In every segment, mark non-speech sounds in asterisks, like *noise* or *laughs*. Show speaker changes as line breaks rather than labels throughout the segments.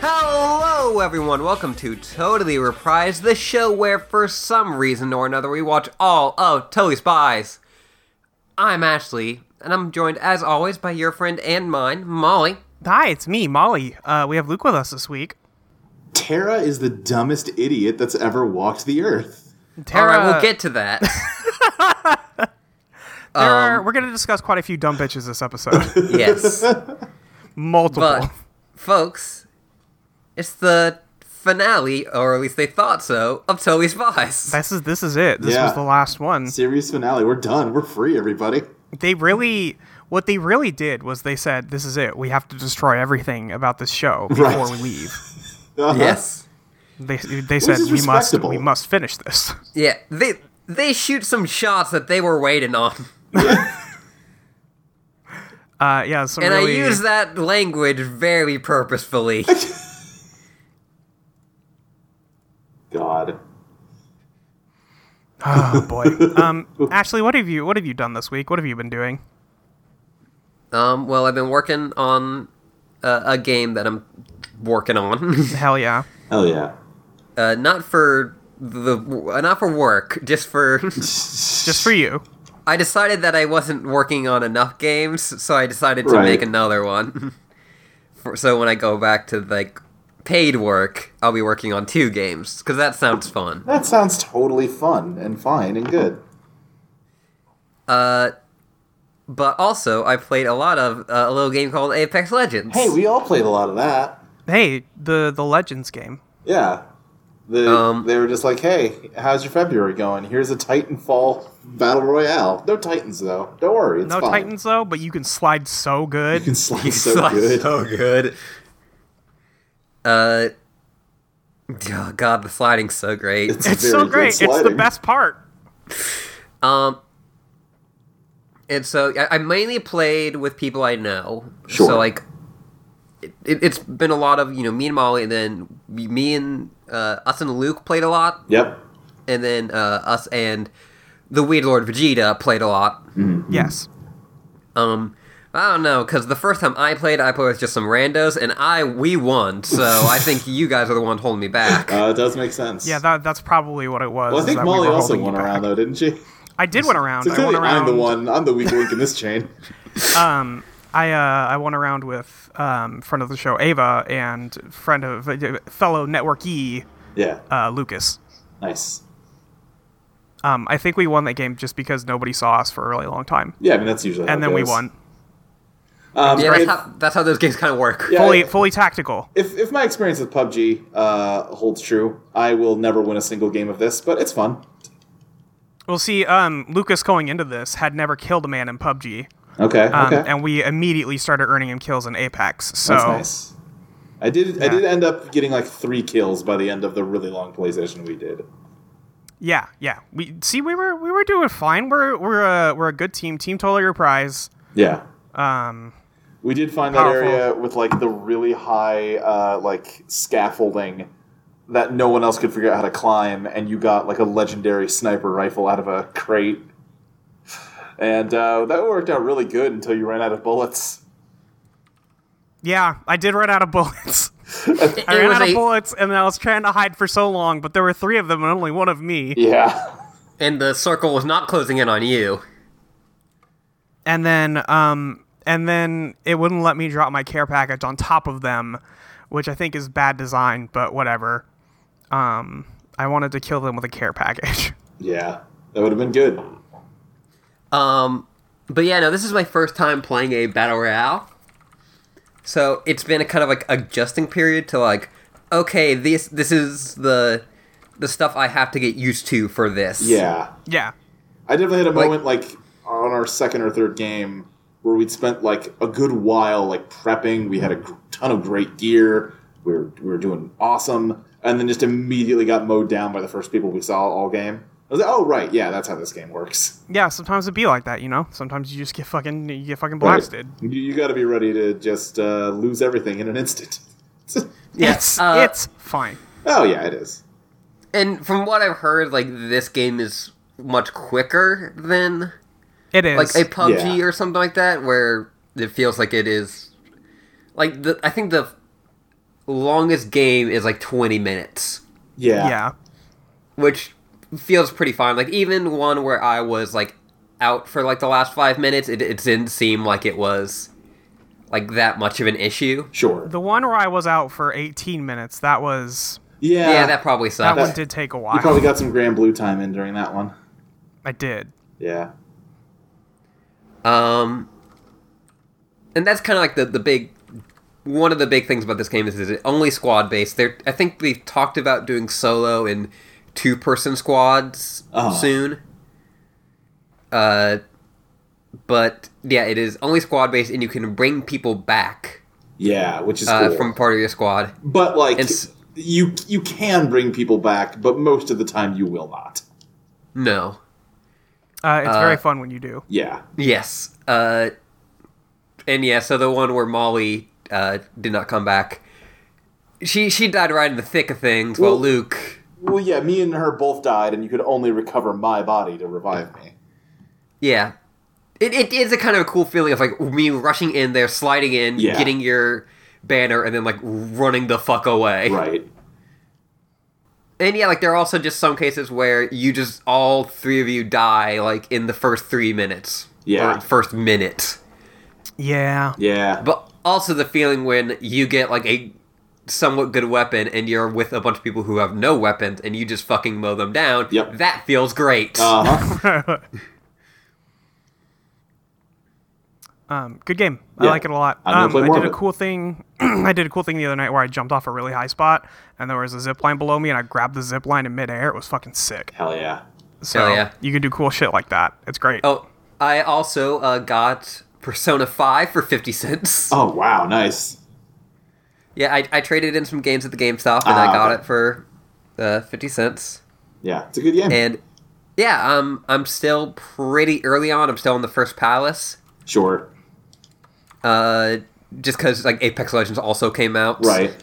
Hello, everyone. Welcome to Totally Reprise, the show where, for some reason or another, we watch all of Totally Spies. I'm Ashley, and I'm joined, as always, by your friend and mine, Molly.
Hi, it's me, Molly. Uh, we have Luke with us this week.
Tara is the dumbest idiot that's ever walked the earth.
Tara,
All right, we'll get to *laughs* that.
there
um,
are, um, we're going to discuss quite a few dumb bitches this
*laughs*
episode.
yes,
Multiple.
but folks, it's the finale, or at least they thought so, of Totally Spies.
This is this is it. This
Yeah.
was the last one.
Series finale. We're done. We're free, everybody. *laughs*
They really what they really did was they said, This is it. We have to destroy everything about this
*laughs*
show before
Right.
we leave.
Uh-huh.
Yes.
*laughs*
They they said
is
we must
respectable.
we must finish this.
Yeah, they they shoot some shots that they were waiting on.
Uh yeah, some
And
really
I use that language very purposefully.
God.
Oh
*laughs*
boy. Um Ashley, what have you what have you done this week? What have you been doing?
um, well, I've been working on uh, a game that I'm working on. *laughs*
Hell yeah.
Hell yeah.
uh, not for the uh, not for work, *laughs* just for
Just for you.
I decided that I wasn't working on enough games, so I decided to
Right.
make another one. *laughs* for, so when I go back to like paid work, I'll be working on two games because that sounds fun.
That sounds totally fun and fine and good.
Uh, but also I played a lot of uh, a little game called Apex Legends.
Hey, we all played a lot of that.
Hey, the the Legends game.
Yeah. The,
Um,
they were just like, hey, how's your February going? Here's a Titanfall Battle Royale. No Titans, though. Don't worry. It's
No
fine.
Titans though, but you can slide so good.
You can slide
You
*laughs* so
suck
good.
So good. Uh, oh God, the sliding's so great.
It's
very
so
good
great. It's the
sliding.
best part.
*laughs* Um, and so I, I mainly played with people I know.
Sure.
So like, it, it, it's been a lot of you know me and Molly, and then me- me and uh, us and Luke played a lot,
Yep.
and then uh, us and the Weird Lord Vegeta played a lot.
Yes.
Um, I don't know because the first time I played, I played with just some randos, and I we won. So
*laughs*
I think you guys are the ones holding me back.
Uh, it does make sense.
Yeah, that, that's probably what it was.
well, I
is
think
that we
Molly
were
also
holding you
went
back.
around, though, didn't she?
I did went around.
So
I went
clearly
around.
I'm the one. I'm the weak link in this chain.
Um, I uh, I went around with um, friend of the show Ava and friend of uh, fellow network E
*laughs* Yeah.
uh, Lucas.
Nice.
Um, I think we won that game just because nobody saw us for a really long time,
Yeah, I mean that's usually. how
and
it
then we
goes.
won.
Um,
yeah, that's
if,
how, that's how those games kind of work.
yeah,
Fully
if-
fully tactical.
if if my experience with PUBG uh, holds true, I will never win a single game of this, but it's fun.
Well, see, um, Lucas going into this had never killed a man in PUBG,
Okay.
um,
okay.
and we immediately started earning him kills in Apex. So
that's nice. I did. I
Yeah.
did end up getting like three kills by the end of the really long play session we did.
Yeah, yeah. We see we were we were doing fine. We're we're a we're a good team. Team totally reprise.
Yeah.
Um
We did find that
Powerful.
area with like the really high uh, like scaffolding that no one else could figure out how to climb, and you got like a legendary sniper rifle out of a crate, and uh, that worked out really good until you ran out of bullets.
yeah, I did run out of *laughs* bullets.
It,
I
it
ran
was
out of
a,
bullets and I was trying to hide for so long, but there were three of them and only one of me.
Yeah,
and the circle was not closing in on you.
And then um and then it wouldn't let me drop my care package on top of them, which I think is bad design, but whatever. Um I wanted to kill them with a care package. *laughs*
yeah, that would have been good.
Um, but yeah, no, this is my first time playing a battle royale, so it's been a kind of like adjusting period to like, okay, this this is the the stuff I have to get used to for this.
Yeah,
yeah.
I definitely had a
Like-
moment like on our second or third game where we'd spent like a good while like prepping. We had a gr- ton of great gear. We were, we were doing awesome, and then just immediately got mowed down by the first people we saw all game. was like, oh right, yeah, that's how this game works.
Yeah, sometimes it be like that, you know. Sometimes you just get fucking you get fucking blasted.
You, you got to be ready to just uh, lose everything in an instant. *laughs*
Yes,
It's
uh,
it's fine.
oh yeah, it is.
and from what I've heard, like this game is much quicker than
It is.
like a PUBG
Yeah.
or something like that, where it feels like it is like the I think the longest game is like twenty minutes,
Yeah,
yeah.
which feels pretty fine. Like even one where I was like out for like the last five minutes, it, it didn't seem like it was like that much of an issue.
sure.
The one where I was out for 18 minutes, that was
yeah,
Yeah, that probably
that
sucks.
one did take a
you
while.
probably got some Grand Blue time in during that one.
I did.
Yeah,
Um, and that's kind of like the the big one of the big things about this game is, is it only squad based. There, I think they've talked about doing solo and two person squads
Uh-huh.
soon. Uh, but yeah, it is only squad based, and you can bring people back
yeah, which is
uh,
cool.
from part of your squad.
but like
it's-
you you can bring people back, but most of the time you will not.
No,
Uh, it's very fun when you do.
Yeah,
yes, uh, and yeah, so the one where Molly uh, did not come back. She she died right in the thick of things, while
Well-
Luke.
Well, yeah, me and her both died, and you could only recover my body to revive me.
Yeah. It, it is a kind of a cool feeling of like me rushing in there, sliding in,
Yeah.
getting your banner, and then like running the fuck away.
Right.
And yeah, like there are also just some cases where you just all three of you die like in the first three minutes.
Yeah.
Or first minute.
Yeah.
Yeah.
But also the feeling when you get like a somewhat good weapon and you're with a bunch of people who have no weapons and you just fucking mow them down.
Yep.
That feels great.
Uh-huh.
um, good game. I
Yeah.
like it a lot.
I'm gonna
Um,
play
I
more
did a
of it.
cool thing. *clears throat* I did a cool thing the other night where I jumped off a really high spot, and there was a zip line below me, and I grabbed the zip line in midair. It was fucking sick.
Hell yeah.
So
Hell yeah.
you can do cool shit like that. It's great.
Oh, I also uh, got Persona 5 for 50 cents.
Oh wow, nice.
Yeah, I, I traded in some games at the GameStop and I
Ah,
got
okay.
it for uh, fifty cents.
Yeah, it's a good game.
And yeah, um, I'm still pretty early on. I'm still in the first palace.
sure.
Uh, just because like Apex Legends also came out,
Right.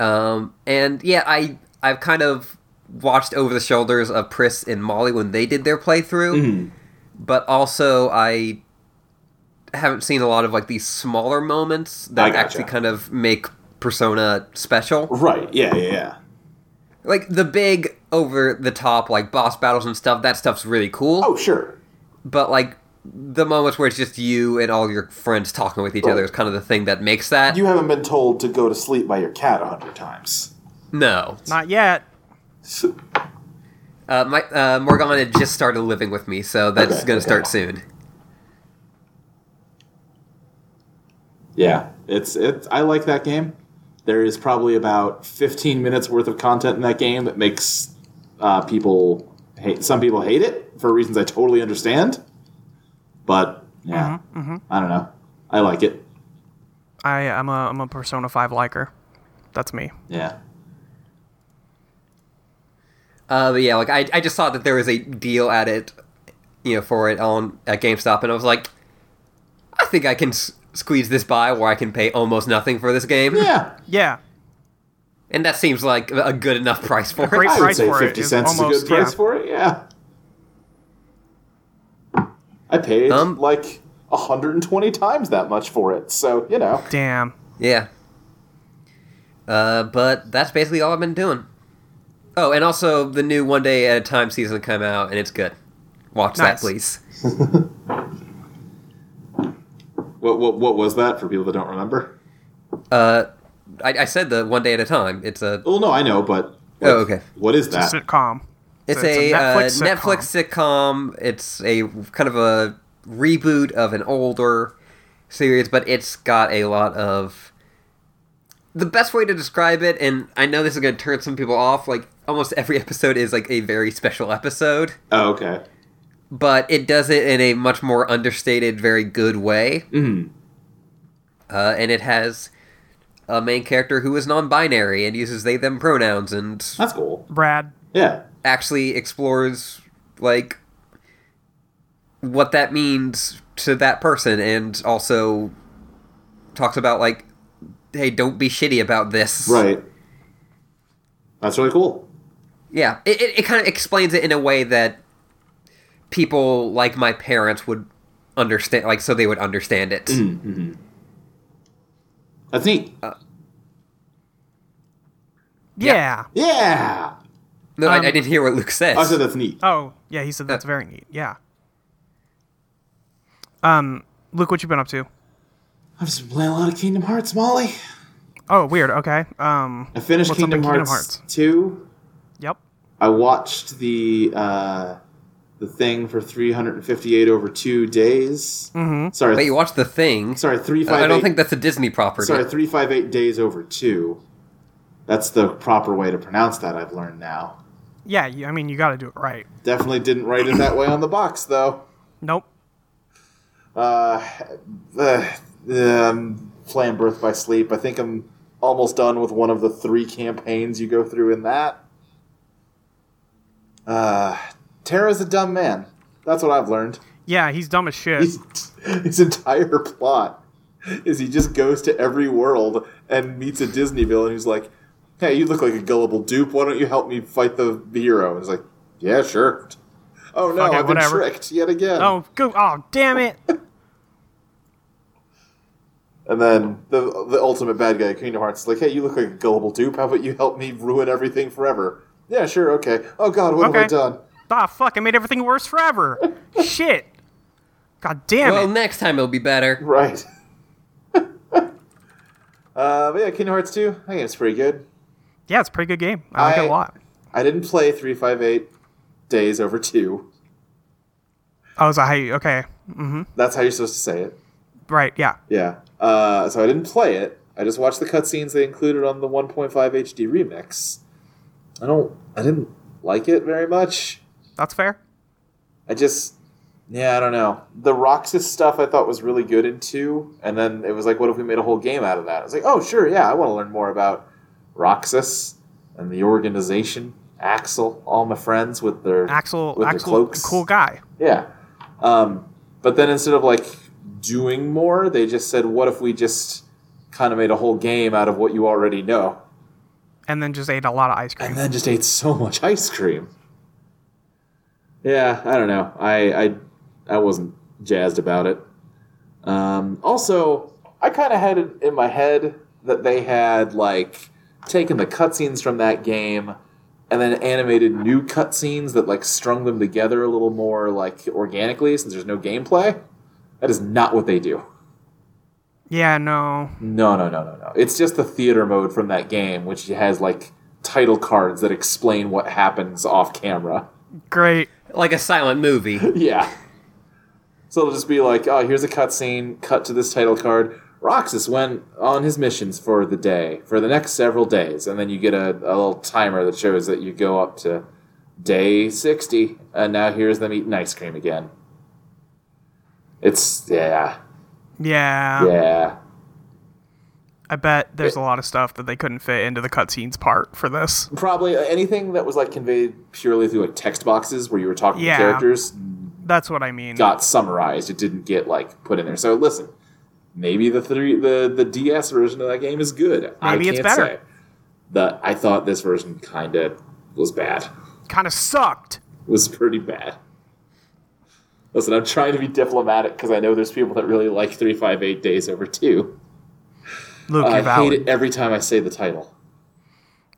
Um, and yeah, I I've kind of watched over the shoulders of Pris and Molly when they did their playthrough,
Mm-hmm.
but also I haven't seen a lot of like these smaller moments
I
that
gotcha.
actually kind of make Persona special.
Right. Yeah. Yeah. Yeah.
like the big over the top like boss battles and stuff that stuff's really cool
Oh sure.
but like the moments where it's just you and all your friends talking with each other is kind of the thing that makes that
Oh. You haven't been told to go to sleep by your cat a hundred times. *laughs*
no
Not yet.
uh, my uh, morgana just started living with me so that's
Okay,
gonna
okay.
start soon
Yeah. It's it. I like that game. There is probably about fifteen minutes worth of content in that game that makes uh, people hate. Some people hate it for reasons I totally understand. But yeah, I don't know. I like it.
I am a I'm a Persona 5 liker. That's me.
Yeah.
uh, but yeah like I, I just saw that there was a deal at it you know for it on at gamestop and i was like i think i can s- squeeze this by where i can pay almost nothing for this game
Yeah.
Yeah.
and that seems like a a good enough price for
Great
it
I would
price
say
for it
50
is
cents is a
almost-
good price
yeah.
for it, yeah. I paid
Um,
like 120 times that much for it, so, you know.
Damn.
Yeah. Uh, but that's basically all I've been doing. Oh, and also the new One Day at a Time season come out, and it's good. Watch that,
Nice.
please.
What, what, what was that for people that don't remember?
Uh, I, I said the One Day at a Time. It's a
Well, no, I know, but. like,
Oh, okay.
What is
It's a
that?
sitcom.
it's, a, uh,
sitcom.
Netflix sitcom. It's a kind of a reboot of an older series, but it's got a lot of the best way to describe it. And I know this is going to turn some people off. Like almost every *laughs* episode is like a very special episode.
Oh, okay.
but it does it in a much more understated, very good way.
Mhm.
Uh, and it has a main character who is non-binary and uses they/them pronouns, and
That's cool.
Brad.
Yeah.
actually explores like what that means to that person and also talks about like hey don't be shitty about this
Right. That's really cool.
yeah it, it, it kind of explains it in a way that people like my parents would understand like so they would understand it
Mm. That's neat.
Yeah.
yeah.
no I,
Um,
I didn't hear what luke said
I said that's neat.
Oh, yeah. He said that's very neat. Yeah. Um, Luke, what you been up to?
I've just been playing a lot of Kingdom Hearts, Molly.
Oh, weird. Okay. Um,
I finished
What's up with
Kingdom,
Kingdom
Hearts,
Hearts?
2.
yep.
I watched the uh, the thing for 358 over two days. Mm-hmm. Sorry,
wait you watched the thing
sorry,
I-
358.
i don't think that's a disney property
sorry, 358 days over two. That's the proper way to pronounce that. I've learned now.
Yeah. You, I mean, you got to do it right.
Definitely didn't write it that way on the box though.
Nope.
Uh, uh, um, playing Birth by Sleep. I think I'm almost done with one of the three campaigns you go through in that. Uh, Terra's a dumb man. That's what I've learned. *laughs*
Yeah, he's dumb as shit.
His, his entire plot is he just goes to every world and meets a Disney villain who's like, "Hey, you look like a gullible dupe. Why don't you help me fight the the hero?" And he's like, "Yeah, sure." Oh no,
Fuck it,
I've been
whatever.
tricked yet again.
oh, go. Oh, damn
*laughs*
it.
And then the the ultimate bad guy, Kingdom Hearts, is like, hey, you look like a gullible dupe. How about you help me ruin everything forever? Yeah, sure, okay. Oh God, what have
Okay.
I done? *laughs*
ah, fuck. I made everything worse forever. shit. God damn
well
it.
next time it'll be
*laughs*
better
Right. uh, but yeah, Kingdom Hearts two. I think it's pretty good.
Yeah, it's a pretty good game. I like it
I-
a lot.
I didn't play three five eight days over two.
Oh, is that how you? Okay. Mm-hmm.
That's how you're supposed to say it.
Right. Yeah.
Yeah. Uh, so I didn't play it. I just watched the cutscenes they included on the 1.5 HD remix. I don't. I didn't like it very much.
That's fair.
I just, yeah, I don't know. The Roxas stuff I thought was really good in two, and then it was like, what if we made a whole game out of that? I was like, oh sure, yeah, I want to learn more about Roxas and the organization, Axel, all my friends with their
Axel,
with their
Axel,
cloaks.
cool guy.
Yeah. Um, but then instead of like doing more, they just said, what if we just kind of made a whole game out of what you already know?
And then just ate a lot of ice
and
cream.
then just ate so much *laughs* ice cream. Yeah, I don't know. I I, I wasn't jazzed about it. Um, also, I kind of had it in my head that they had like taken the cutscenes from that game and then animated new cutscenes that like strung them together a little more like organically since there's no gameplay. That is not what they do.
Yeah, no.
No, no, no, no, no. It's just the theater mode from that game, which has like title cards that explain what happens off camera.
Great.
like a silent movie
Yeah. So it'll just be like, oh, here's a cutscene, cut to this title card. Roxas went on his missions for the day, for the next several days. And then you get a, a little timer that shows that you go up to day 60, and now here's them eating ice cream again. It's, yeah,
Yeah.
yeah.
I bet there's a lot of stuff that they couldn't fit into the cutscenes part for this.
probably uh, anything that was like conveyed purely through like text boxes where you were talking
Yeah.
to characters
That's what I mean.
got summarized it didn't get like put in there so listen maybe the three the the ds version of that game is good I
Maybe
can't
it's better.
say. The- i thought this version kind of was bad *laughs*
Kind of sucked.
was pretty bad listen i'm trying to be diplomatic because i know there's people that really like 358 days over 2
Luke,
i
you're valid.
hate it every time i say the title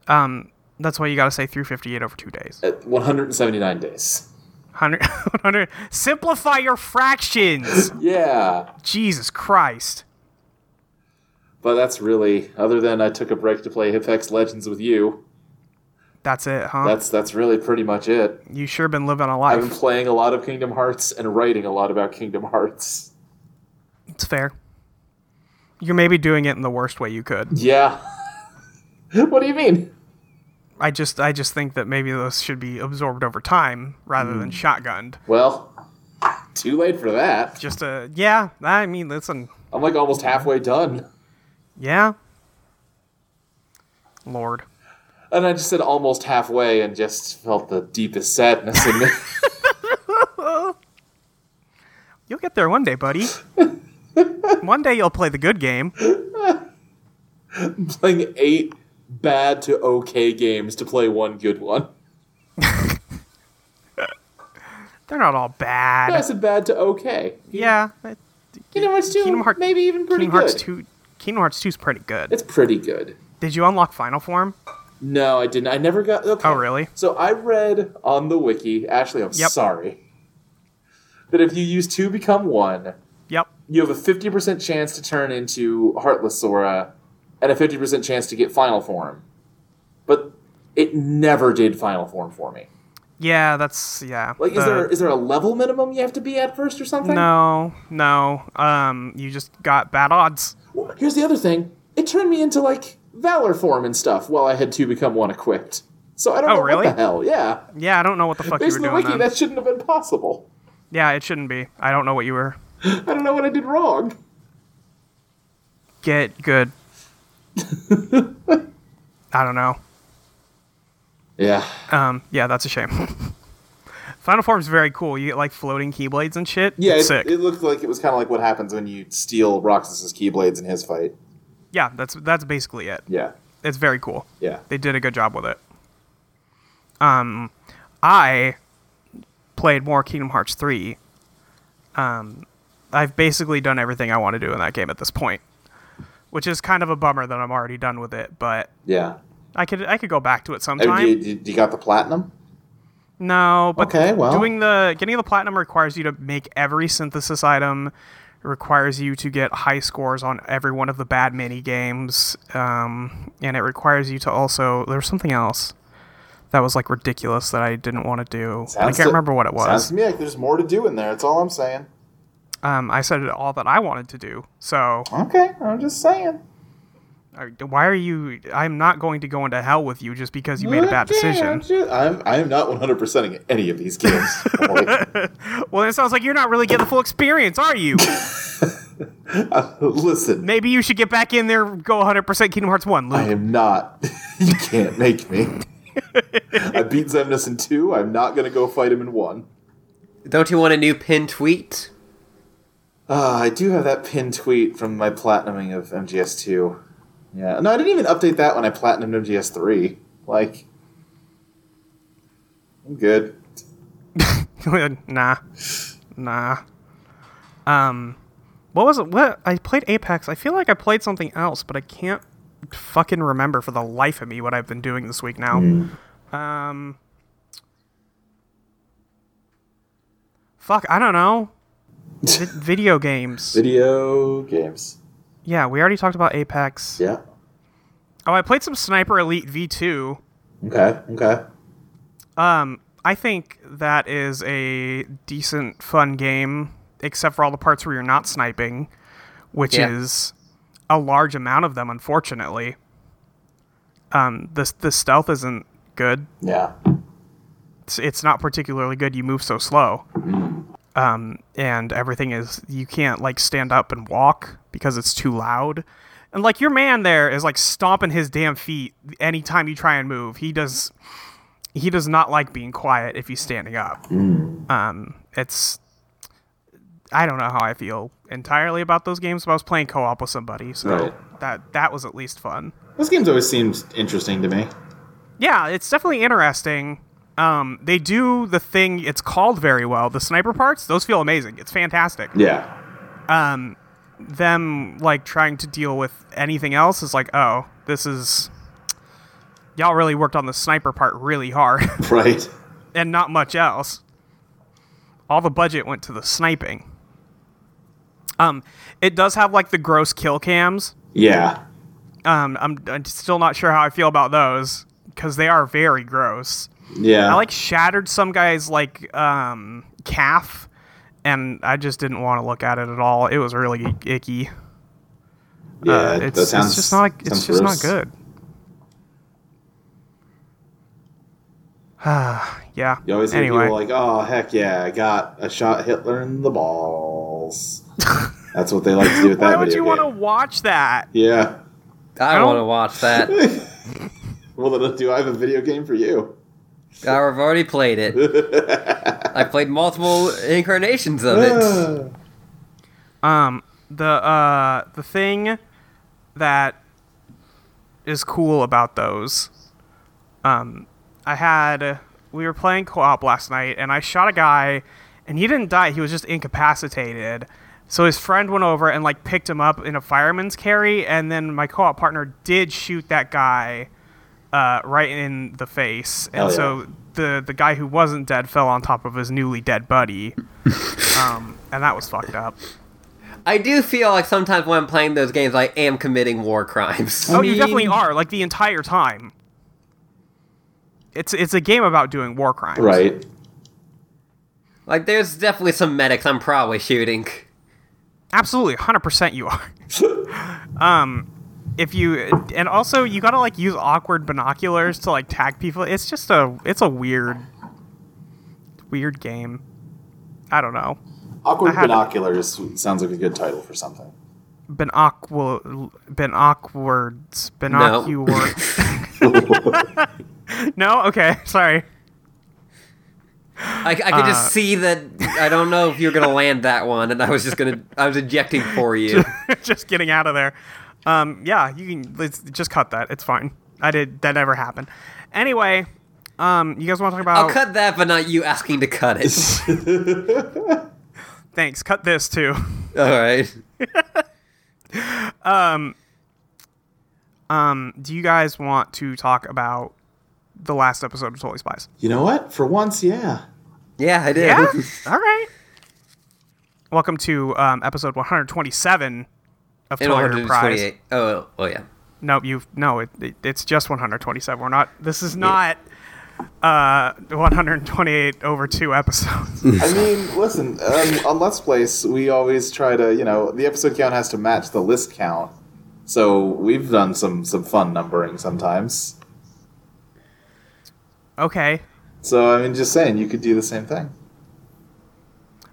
Um, that's why you got to say 358 over two days.
Uh, 179 days
100, *laughs* 100. Simplify your fractions.
yeah
Jesus Christ.
But that's really other than I took a break to play Apex Legends with you.
That's it, huh?
That's that's really pretty much it.
you sure been living a
I've been
life.
playing a lot of Kingdom Hearts and writing a lot about Kingdom Hearts.
It's fair. You're maybe doing it in the worst way you could.
Yeah. *laughs* what do you mean?
I just, I just think that maybe those should be absorbed over time rather than
Mm.
shotgunned.
Well, too late for that.
Just a, yeah. I mean, listen,
I'm like almost halfway done.
yeah. Lord.
And I just said almost halfway and just felt the deepest sadness in me. *laughs*
You'll get there one day,
*laughs*
buddy. one day you'll play the good game.
Playing eight bad to okay games to play one good one.
They're not all
I
bad.
said bad to okay.
Yeah. but
Kingdom Hearts 2,
Kingdom Heart-
maybe even pretty
Kingdom Hearts
good.
2 Kingdom Hearts 2 is pretty good.
It's pretty good.
Did you unlock Final Form?
No, I didn't. I never got. Okay.
Oh, really?
So I read on the wiki, Ashley, I'm
Yep.
sorry, that if you use two become one,
Yep.
you have a 50% chance to turn into Heartless Sora and a 50% chance to get Final Form. But it never did Final Form for me.
Yeah, that's yeah.
Like, is
The-
there is there a level minimum you have to be at first or something?
No, no. Um, you just got bad odds.
Well, Here's the other thing. It turned me into like Valor Form and stuff while I had two become one equipped. So I don't
Oh,
know
really?
what the hell. Yeah.
Yeah, I don't know what the fuck
Based
you
on
were
the
doing.
wiki,
then.
that shouldn't have been possible.
Yeah, it shouldn't be. I don't know what you were.
I don't know what I did wrong.
Get
*laughs*
good. I don't know.
Yeah.
Um, yeah, that's a shame. *laughs* Final Form's very cool. You get like floating keyblades and shit.
Yeah,
It's
it,
sick.
it looked like it was kind of like what happens when you steal Roxas's keyblades in his fight.
yeah, that's that's basically it.
Yeah.
It's very cool.
Yeah.
They did a good job with it. Um, I played more Kingdom Hearts three. Um, I've basically done everything I want to do in that game at this point, which is kind of a bummer that I'm already done with it. But
Yeah.
I could I could go back to it
I mean,
sometime.
do you, do you- do you got the platinum?
No, but
Okay, well.
doing the getting the platinum requires you to make every synthesis item. Requires you to get high scores on every one of the bad mini games, um, and it requires you to also. There was something else that was like ridiculous that I didn't want to do. I can't
to-
remember what it
Sounds
was.
to me like there's more to do in there. That's all I'm saying.
Um, I said it all that I wanted to do. So
Okay, I'm just saying.
uh, why are you? I'm not going to go into hell with you just because you made a bad
Okay, I'm,
decision.
just, I'm, I'm not 100%ing any of
*laughs*
these games. Like,
Well, it sounds like you're not really getting the full experience, are you?
listen,
Maybe you should get back in there, go 100% Kingdom Hearts One, Luke.
I am not. *laughs* you can't make
*laughs*
me. I beat Zemnis in two. I'm not going to go fight him in one.
Don't you want a new pin tweet?
Ah, I do have that pinned tweet from my platinuming of MGS2. Yeah. No, I didn't even update that when I platinumed MGS3. Like, I'm good.
*laughs* nah, nah. Um, what was it? What I played Apex. I feel like I played something else, but I can't fucking remember for the life of me what I've been doing this week now. Um, fuck, I don't know. Vi- video games.
Video games.
Yeah, we already talked about Apex.
Yeah.
Oh, I played some Sniper Elite V two.
Okay. Okay.
Um, I think that is a decent, fun game, except for all the parts where you're not sniping, which
Yeah.
is a large amount of them, unfortunately. Um, the the stealth isn't good.
Yeah.
It's, it's not particularly good. You move so slow, um, and everything is you can't like stand up and walk because it's too loud. And like your man there is like stomping his damn feet anytime you try and move. He does he does not like being quiet if he's standing up. Um, it's I don't know how I feel entirely about those games, but I was playing co-op with somebody, so
Right.
that that was at least fun.
This game's always seemed interesting to me.
Yeah, it's definitely interesting. Um, they do the thing it's called very well. The sniper parts, those feel amazing. It's fantastic.
Yeah.
Them like trying to deal with anything else is like, oh, this is y'all really worked on the sniper part really hard. *laughs*
Right.
and not much else. All the budget went to the sniping. Um, it does have like the gross kill cams.
Yeah.
Um, I'm, I'm still not sure how I feel about those because they are very gross.
Yeah.
I like shattered some guy's like um calf, and I just didn't want to look at it at all. It was really icky.
yeah,
Uh, it's,
that sounds,
it's just not. It's
sounds
just
gross.
not good. *sighs* yeah.
You always hear
anyway,
people like, "Oh heck yeah, I got I shot Hitler in the balls."
*laughs*
That's what they like to do with that
why would
video
you want to
game.
watch that?
Yeah.
I
don't-
*laughs*
want to watch that.
Well, then, do I have a video game for *sighs* you?
I've already played it.
*laughs*
I played multiple incarnations of
*sighs*
it.
Um, the uh, the thing that is cool about those, um, I had we were playing co-op last night, and I shot a guy, and he didn't die; he was just incapacitated. So his friend went over and like picked him up in a fireman's carry, and then my co-op partner did shoot that guy uh, right in the face, and
Hell yeah.
so the the guy who wasn't dead fell on top of his newly dead
*laughs*
buddy, um, and that was fucked up.
I do feel like sometimes when I'm playing those games, I am committing war crimes.
Oh,
mean-
you definitely are. Like the entire time. It's it's a game about doing war crimes.
Right.
Like, there's definitely some medics I'm probably shooting.
Absolutely, hundred percent. You are.
*laughs*
um, if you and also you gotta like use awkward binoculars to like tag people. It's just a it's a weird, weird game. I don't know.
Awkward
I have-
binoculars sounds like a good title for something.
Been awkward. Been awkward. Binocular.
*laughs*
*laughs* No. Okay. Sorry.
I, I could
Uh.
just see that. I don't know if you're gonna land that one, and I was just gonna. I was ejecting for
*laughs* Oh.
you.
just getting out of there. Um, yeah, you can let's just cut that. It's fine. I did that never happened. Anyway, um, you guys want to talk about?
I'll cut that, but not you asking to cut it.
*laughs*
Thanks. Cut this too. *laughs*
All right.
Um, do you guys want to talk about the last episode of Totally Spies?
You know what? For once, yeah.
Yeah, I did.
Yeah. All right. Welcome to um, episode 127
*laughs*
of
In
Totally
order to
Enterprise.
28. Oh, oh yeah.
Nope, you've no. It, it, it's just 127. We're not. This is not uh 128 over two episodes.
*laughs*
*laughs*
I mean, listen, um, on Let's Place, we always try to, you know, the episode count has to match the list count. So we've done some some fun numbering sometimes.
okay.
So I mean, just saying, you could do the same thing.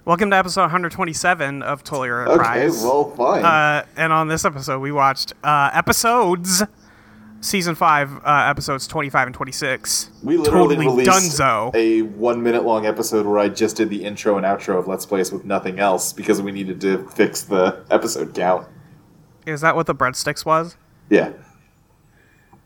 Welcome to episode 127 of Totally
Okay,
Enterprise.
well, fine.
uh, and on this episode, we watched uh, episodes, season five, uh, episodes 25 and 26.
we literally
totally
released
dunzo.
a one minute long episode where I just did the intro and outro of Let's Place with nothing else because we needed to fix the episode count.
Is that what the breadsticks was?
Yeah.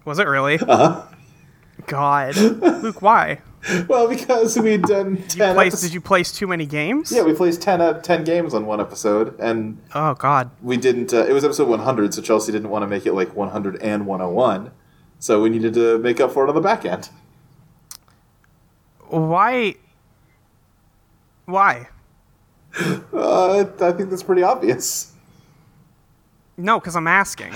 Was it really? Uh-huh.
*laughs*
God, Luke, why?
Well, because we'd done ten.
Place,
epis-
did *laughs* you place too many games?
Yeah, we placed ten uh, ten games on one episode, and
Oh God.
we didn't. Uh, it was episode 100, so Chelsea didn't want to make it like 100 and 101. So we needed to make up for it on the back end.
Why? Why?
Uh, I think that's pretty obvious.
No, because I'm asking.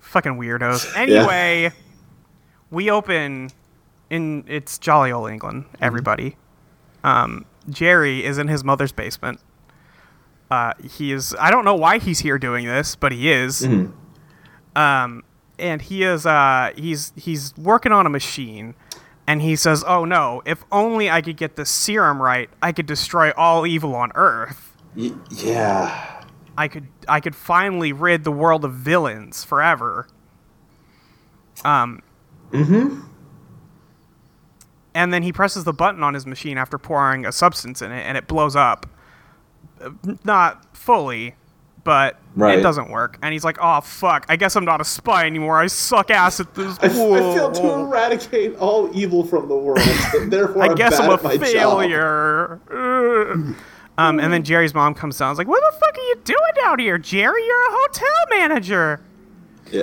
Fucking weirdos. Anyway, we open in it's jolly old England. Everybody, um, Jerry is in his mother's basement. Uh, he is. I don't know why he's here doing this, but he is. Um, and he is. Uh, he's he's working on a machine. And he says, "Oh no! If only I could get the serum right, I could destroy all evil on Earth."
Y- yeah.
I could I could finally rid the world of villains forever. Um. Mm-hmm. And then he presses the button on his machine after pouring a substance in it, and it blows up. Uh, Not fully, but
Right.
it doesn't work. And he's like, "Oh fuck! I guess I'm not a spy anymore. I suck ass at this."
I, I failed to eradicate all evil from the
*laughs*
world, and therefore
I
I'm
guess
bad
I'm a
at my Job.
failure. Ugh. Um, and then Jerry's mom comes down. and is like, "What the fuck are you doing out here, Jerry? You're a hotel manager."
Yeah,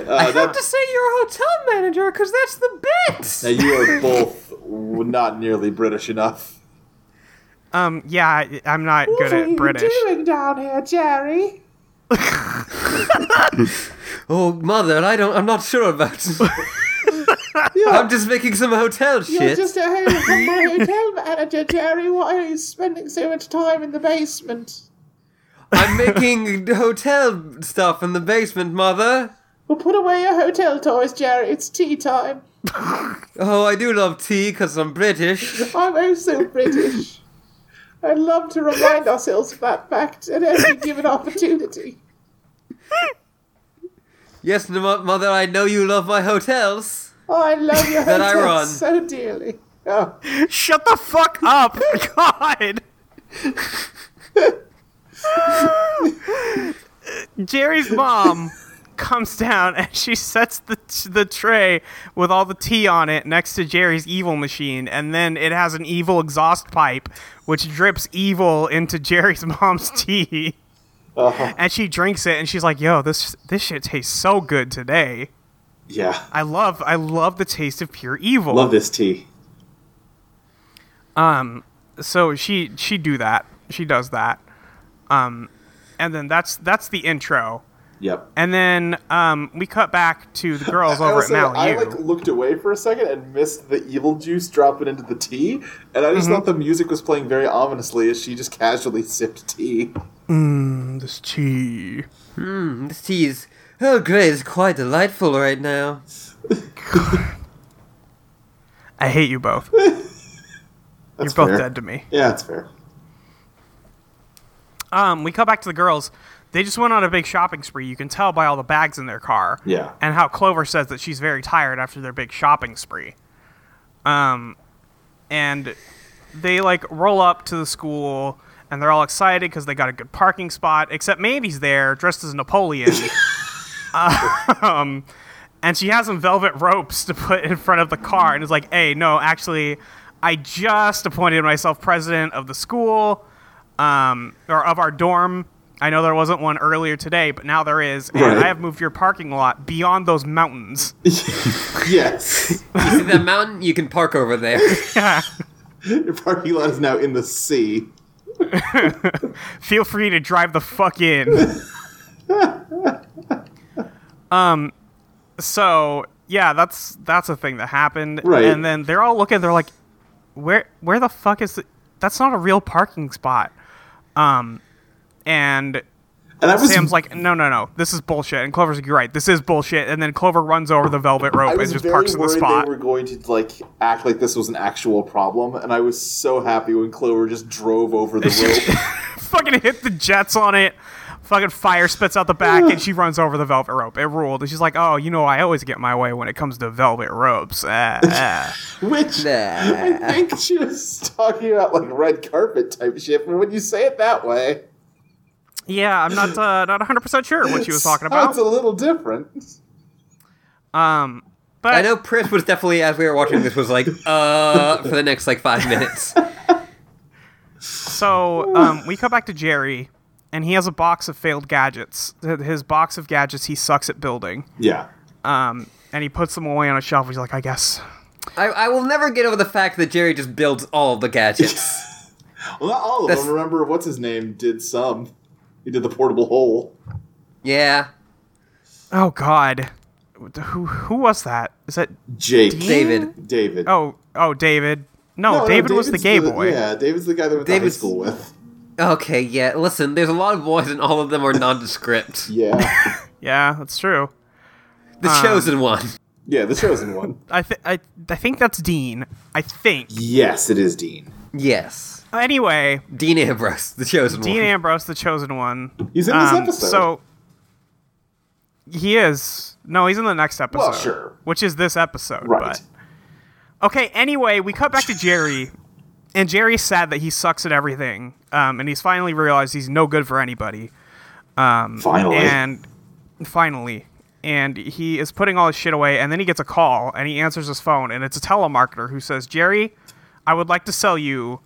*laughs*
uh, that-
say you're a hotel manager because that's the bit.
now you are both w- not nearly British enough.
Um, yeah, I, I'm not good at British.
doing down here, Jerry?
Oh, mother, I don't. I'm not sure about. *laughs* I'm just making some hotel shit.
at home
*laughs*
from my hotel manager, Jerry. Why are you spending so much time in the basement?
I'm making hotel stuff in the basement, mother.
Well, put away your hotel toys, Jerry. It's tea time.
Oh, I do love tea because I'm British.
I'm also British. I love to remind ourselves of that fact at every given opportunity.
Yes, n- mo- mother, I know you love my hotels.
Oh, I love your
Then I
hotel
run.
so dearly. Oh.
Shut the fuck up, *laughs* God. Jerry's mom comes down and she sets the the tray with all the tea on it next to Jerry's evil machine, and then it has an evil exhaust pipe which drips evil into Jerry's mom's *laughs* tea.
Uh-huh.
And she drinks it, and she's like, "Yo, this this shit tastes so good today.
Yeah.
I love I love the taste of pure evil."
Love this tea.
so she she do that she does that um and then that's that's the intro
Yep.
and then um we cut back to the girls
*laughs* I,
over
will
at
say, I
Malibu.
like looked away for a second and missed the evil juice dropping into the tea, and I just
Mm-hmm.
thought the music was playing very ominously as she just casually *laughs* sipped tea.
Mm, this tea
This tea is oh great, it's quite delightful right now.
i hate you both you're
*laughs* That's
both
fair.
dead to me
Yeah, that's fair.
um we cut back to the girls they just went on a big shopping spree you can tell by all the bags in their car
Yeah.
and how Clover says that she's very tired after their big shopping spree. Um, and they like roll up to the school and they're all excited because they got a good parking spot. Except Mavy's there dressed as Napoleon. um, and she has some velvet ropes to put in front of the car and is like, "Hey, no, actually, I just appointed myself president of the school." um, or of our dorm. I know there wasn't one earlier today, but now there is, and
Right.
I have moved your parking lot beyond those mountains.
*laughs* Yes.
You see that mountain? You can park over there.
*laughs*
*laughs*
Your parking lot is now in the sea.
Feel free to drive the fuck
*laughs*
in. um, Um, so yeah, that's that's a thing that happened,
Right.
and then they're all looking. They're like, "Where where the fuck is the, that's not a real parking spot?" Um, and
And I was
Sam's like, no, no, no, this is bullshit. And Clover's like, you're right, this is bullshit. And then Clover runs over the velvet
I
rope and
was
just
very
parks in the
worried
spot.
they were going to like act like this was an actual problem, and I was so happy when Clover just drove over the
*laughs*
rope.
Fucking hit the jets on it. Fucking fire spits out the back,
*sighs*
and she runs over the velvet rope. It ruled. And she's like, oh, you know, I always get my way when it comes to velvet ropes. Ah,
*laughs*
ah.
Which I
Nah.
think she was talking about like red carpet type shit, but when you say it that way,
yeah, I'm not uh, not 100% sure what she was talking
it's a
about.
little different.
Um, but
I know Pris was definitely as we were watching this was like uh for the next like five minutes.
So um, we come back to Jerry, and he has a box of failed gadgets. His box of gadgets he sucks at building.
Yeah.
Um, and he puts them away on a shelf. He's like, I guess
I, I will never get over the fact that Jerry just builds all the gadgets.
Well, not all of
That's-
them. Remember, what's his name did some. He did the portable hole.
Yeah,
Oh God, who who was that? Is that
Jake.
David.
David.
oh oh David? No,
No, no,
David was the gay
David's
boy.
Yeah, David's the guy that went to high
David's-
school with.
Okay, yeah. Listen, there's a lot of boys, and all of them are nondescript.
*laughs* Yeah.
Yeah, that's true.
The
Um,
chosen one.
yeah, the chosen
*laughs*
one.
I th- I I think that's Dean. I think.
Yes, it is Dean.
Yes,
Anyway,
Dean Ambrose, the chosen
Dean
one.
Ambrose, the chosen one.
He's in this
Um,
episode.
So he is. No, he's in the next episode.
sure.
Which is this episode,
Right.
but Okay, anyway, we cut back to Jerry, and Jerry's sad that he sucks at everything, um, and he's finally realized he's no good for anybody.
Finally.
And finally, and he is putting all his shit away, and then he gets a call, and he answers his phone, and it's a telemarketer who says, Jerry, I would like to sell you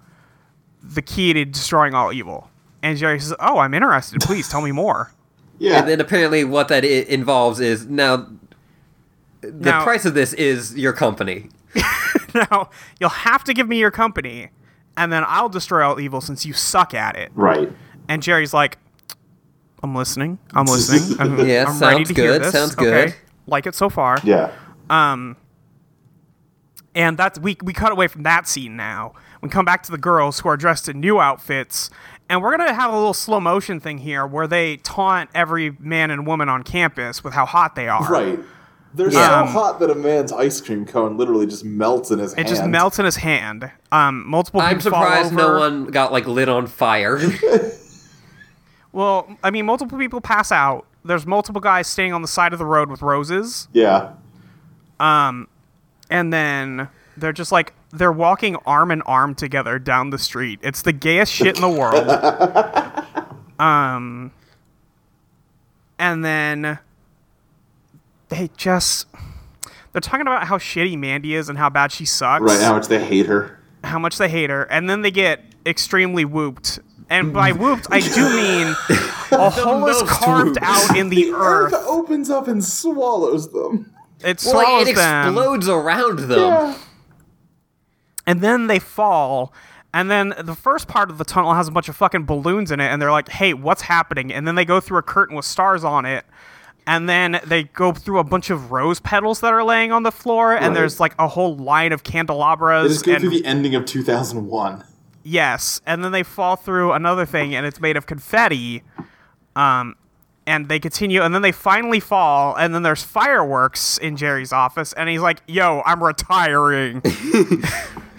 the key to destroying all evil. And Jerry says, Oh, I'm interested. Please tell me more. *laughs*
yeah.
And then apparently, what that I- involves is now the
Now-
price of this is your company.
now, you'll have to give me your company, and then I'll destroy all evil since you suck at it.
right.
And Jerry's like, I'm listening. I'm
*laughs*
listening. I'm,
Yeah,
I'm ready
sounds
to hear
good,
this.
sounds
Okay.
good.
Like it so far.
Yeah.
And that's we we cut away from that scene now. We come back to the girls who are dressed in new outfits. And we're gonna have a little slow motion thing here where they taunt every man and woman on campus with how hot they are.
Right. They're
Yeah.
so hot that a man's ice cream cone literally just melts in his
It
hand.
just melts in his hand. Um, multiple
I'm
people fall
surprised
over.
no one got like lit on fire.
Well, I mean, multiple people pass out. there's multiple guys standing on the side of the road with roses,
Yeah.
and then they're just like they're walking arm in arm together down the street. It's the gayest shit in the world. um, and then they just they're talking about how shitty Mandy is and how bad she sucks.
Right. How much they hate her.
how much they hate her, and then they get extremely whooped. And by whooped, I do mean a hole is
most
carved
whooped.
out in the earth.
opens up and swallows them.
It
Well, *laughs* like,
swallows
it
them,
explodes around them.
and then they fall. And then the first part of the tunnel has a bunch of fucking balloons in it, and they're like, "Hey, what's happening?" And then they go through a curtain with stars on it, and then they go through a bunch of rose petals that are laying on the floor, and
Right.
there's like a whole line of
They
candelabras
just go
and
through the ending of 2001.
Yes, and then they fall through another thing, and it's made of confetti. Um, and they continue, and then they finally fall, and then there's fireworks in Jerry's office, and he's like, "Yo, I'm retiring."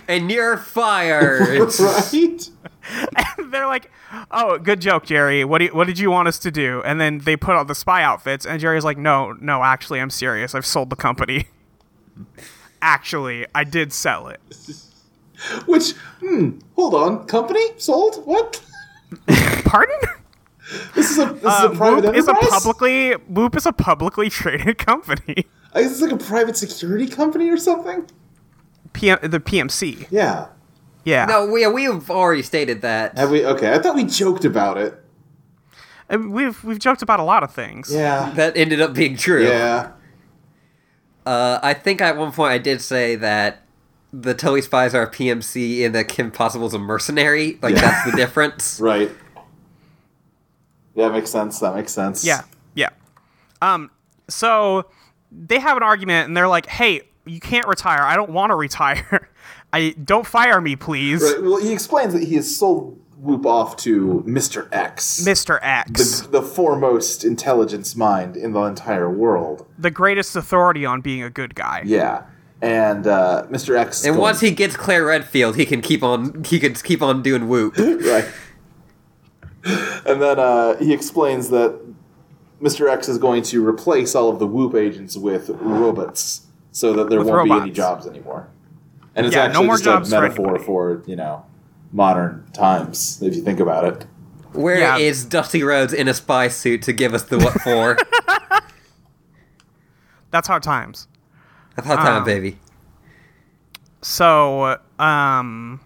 And you're fired.
*laughs* *laughs* Right?
*laughs* They're like, "Oh, good joke, Jerry. What do you, what did you want us to do?" And then they put on the spy outfits, and Jerry's like, "No, no, actually, I'm serious. I've sold the company. *laughs* actually, I did sell it."
Which, hmm, hold on. Company? Sold? What?
Pardon?
This is a, this is a private
Uh, Whoop is a
enterprise?
publicly Whoop is a publicly *laughs* traded company.
I guess it's like a private security company or something?
PM, the PMC.
Yeah.
Yeah.
no, we we've already stated that.
Have we? Okay, I thought we joked about it.
Uh, We've we've joked about a lot of things.
Yeah.
That ended up being true.
Yeah.
Uh, I think at one point I did say that the Tully spies are PMC and that Kim Possible's a mercenary. Like
Yeah.
that's the difference.
*laughs* Right. That makes sense. That makes sense.
Yeah. Yeah. Um so they have an argument and they're like, "Hey, you can't retire. I don't want to retire. *laughs* I don't fire me, please."
Right. Well, he explains that he has sold Whoop off to Mr. X,
Mr. X,
the, the foremost intelligence mind in the entire world.
the greatest authority on being a good guy.
Yeah. And uh, Mr. X. is
And
going-
once he gets Claire Redfield, he can keep on he could keep on doing whoop.
right. And then uh, he explains that Mr. X is going to replace all of the Whoop agents with robots, so that there
With
won't be any
robots.
jobs anymore. And it's
Yeah, no
actually
more
just
jobs
a
for
metaphor
anybody.
for, you know modern times, if you think about it.
Where is
Yeah.
Dusty Rhodes in a spy suit to give us the what for?
That's hard times.
About time, baby.
So, um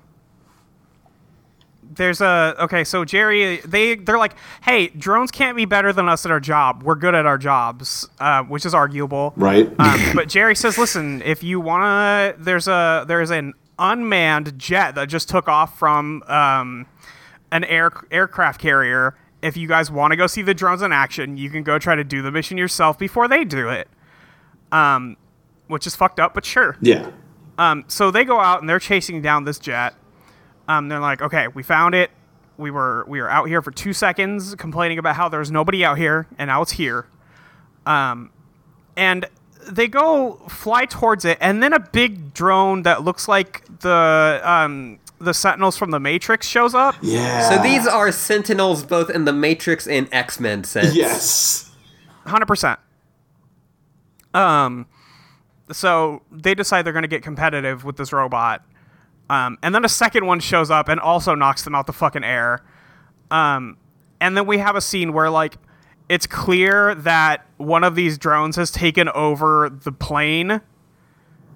there's a okay, so Jerry they they're like, "Hey, drones can't be better than us at our job. We're good at our jobs." Uh, which is arguable.
Right.
Um, but Jerry says, "Listen, if you wanna, there's a there's an unmanned jet that just took off from um, an air aircraft carrier. If you guys want to go see the drones in action, you can go try to do the mission yourself before they do it." Um, which is fucked up, but sure.
yeah.
Um, so they go out and they're chasing down this jet. Um, they're like, "Okay, we found it. We were we were out here for two seconds complaining about how there's nobody out here, and now it's here." Um, and they go fly towards it, and then a big drone that looks like the um, the Sentinels from the Matrix shows up.
Yeah.
So these are sentinels both in the Matrix and X Men sense.
Yes.
hundred percent. Um, so they decide they're going to get competitive with this robot, um, and then a second one shows up and also knocks them out the fucking air. Um, and then we have a scene where like it's clear that one of these drones has taken over the plane.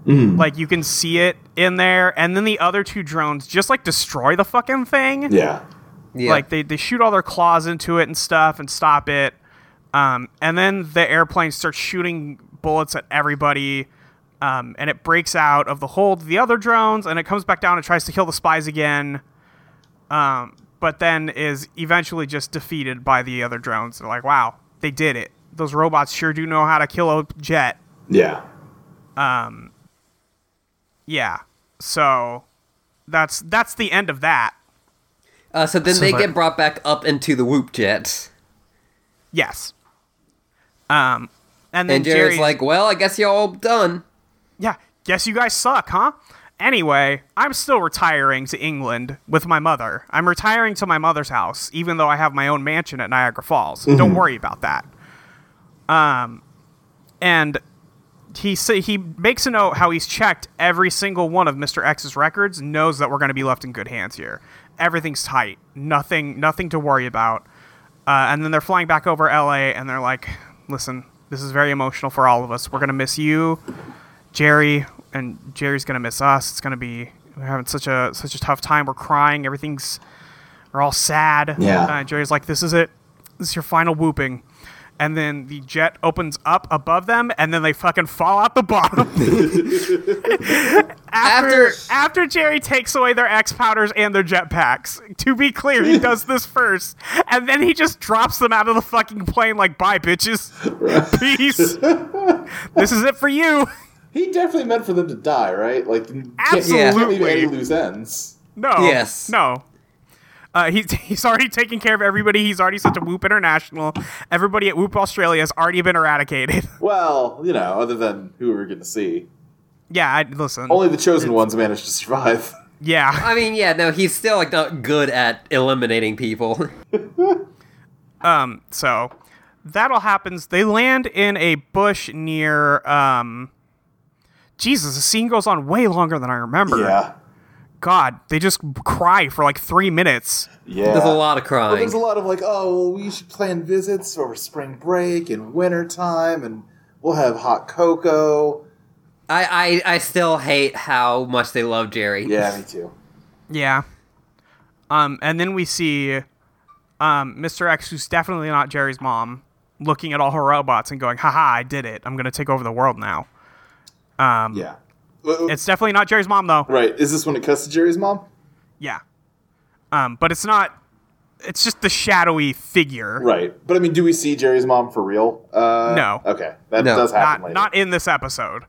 Like you can see it in there, and then the other two drones just like destroy the fucking thing.
Yeah.
Yeah.
Like they, they shoot all their claws into it and stuff and stop it. Um, and then the airplane starts shooting bullets at everybody. Um, and it breaks out of the hold of the other drones and it comes back down and tries to kill the spies again. Um, but then is eventually just defeated by the other drones. They're like, wow, they did it. Those robots sure do know how to kill a jet.
Yeah. *laughs*
Yeah. So that's that's the end of that.
uh, so then they
like-
get brought back up into the whoop jets.
Yes. Um, and then
And Jerry's
Jerry's
like, Well, I guess y'all all done.
Yeah, guess you guys suck, huh? Anyway, I'm still retiring to England with my mother. I'm retiring to my mother's house, even though I have my own mansion at Niagara Falls. Don't worry about that. Um, and he sa- he makes a note how he's checked every single one of Mr. X's records, knows that we're going to be left in good hands here. Everything's tight, nothing nothing to worry about. Uh, and then they're flying back over LA, and they're like, "Listen, this is very emotional for all of us. We're going to miss you, Jerry, and Jerry's going to miss us. It's going to be we're having such a such a tough time. We're crying. Everything's we're all sad.
Yeah.
Uh, Jerry's like, "This is it. This is your final whooping." And then the jet opens up above them, and then they fucking fall out the bottom. after,
After-
after Jerry takes away their X powders and their jetpacks. To be clear, he does this first, and then he just drops them out of the fucking plane like, "Bye, bitches,
*laughs*
peace. this is it for you."
He definitely meant for them to die, right? Like, you can't- you Can't leave
Absolutely.
any loose ends.
No.
Yes.
No. Uh, he's, he's already taken care of everybody. He's already sent to Whoop International. Everybody at Whoop Australia has already been eradicated. *laughs*
Well, you know, other than who we're going to see.
yeah, I, listen.
Only the chosen ones managed to survive.
*laughs* yeah.
Oh, I mean, yeah, no, he's still like not good at eliminating people. *laughs*
Um, so that all happens. They land in a bush near. Um, Jesus, the scene goes on way longer than I remember.
Yeah.
God, they just cry for like three minutes.
Yeah.
There's a lot of crying.
There's a lot of like, oh, well, we should plan visits over spring break and winter time, and we'll have hot cocoa.
I, I I still hate how much they love Jerry.
Yeah, me too.
Yeah. Um, and then we see um, Mr. X, who's definitely not Jerry's mom, looking at all her robots and going, haha, I did it. I'm going to take over the world now.
Yeah.
Um,
Uh,
It's definitely not Jerry's mom, though.
right. Is this when it cuts to Jerry's mom?
Yeah. Um, but it's not, it's just the shadowy figure.
Right. But I mean, do we see Jerry's mom for real? Uh,
No.
Okay. That
No.
does happen
Not,
later.
not in this episode.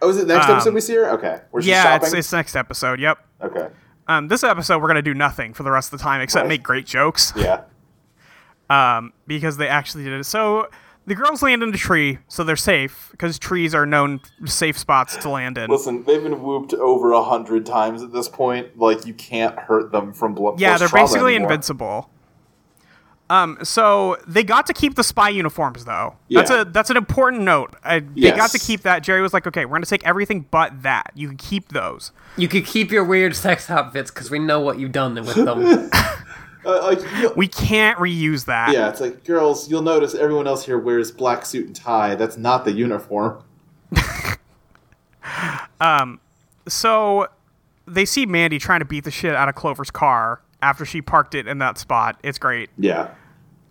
oh, is it next
um,
episode we see her? Okay. Where she's
yeah, it's,
shopping?
it's next episode. Yep.
okay.
Um, this episode, we're going to do nothing for the rest of the time except
Right.
make great jokes. *laughs*
Yeah.
because they actually did it. So the girls land in a tree, so they're safe because trees are known safe spots to land in.
Listen, they've been whooped over a hundred times at this point. Like, you can't hurt them from blood.
yeah, they're basically invincible. Um, so they got to keep the spy uniforms though. That's
Yeah.
a that's an important note. I, they got
Yes.
to keep that. Jerry was like, "Okay, we're gonna take everything but that. You can keep those."
You could keep your weird sex outfits because we know what you've done with
*laughs*
them.
Uh, like, you-
We can't reuse that.
yeah, it's like, girls, you'll notice everyone else here wears black suit and tie. That's not the uniform.
So they see Mandy trying to beat the shit out of Clover's car after she parked it in that spot. It's great.
Yeah.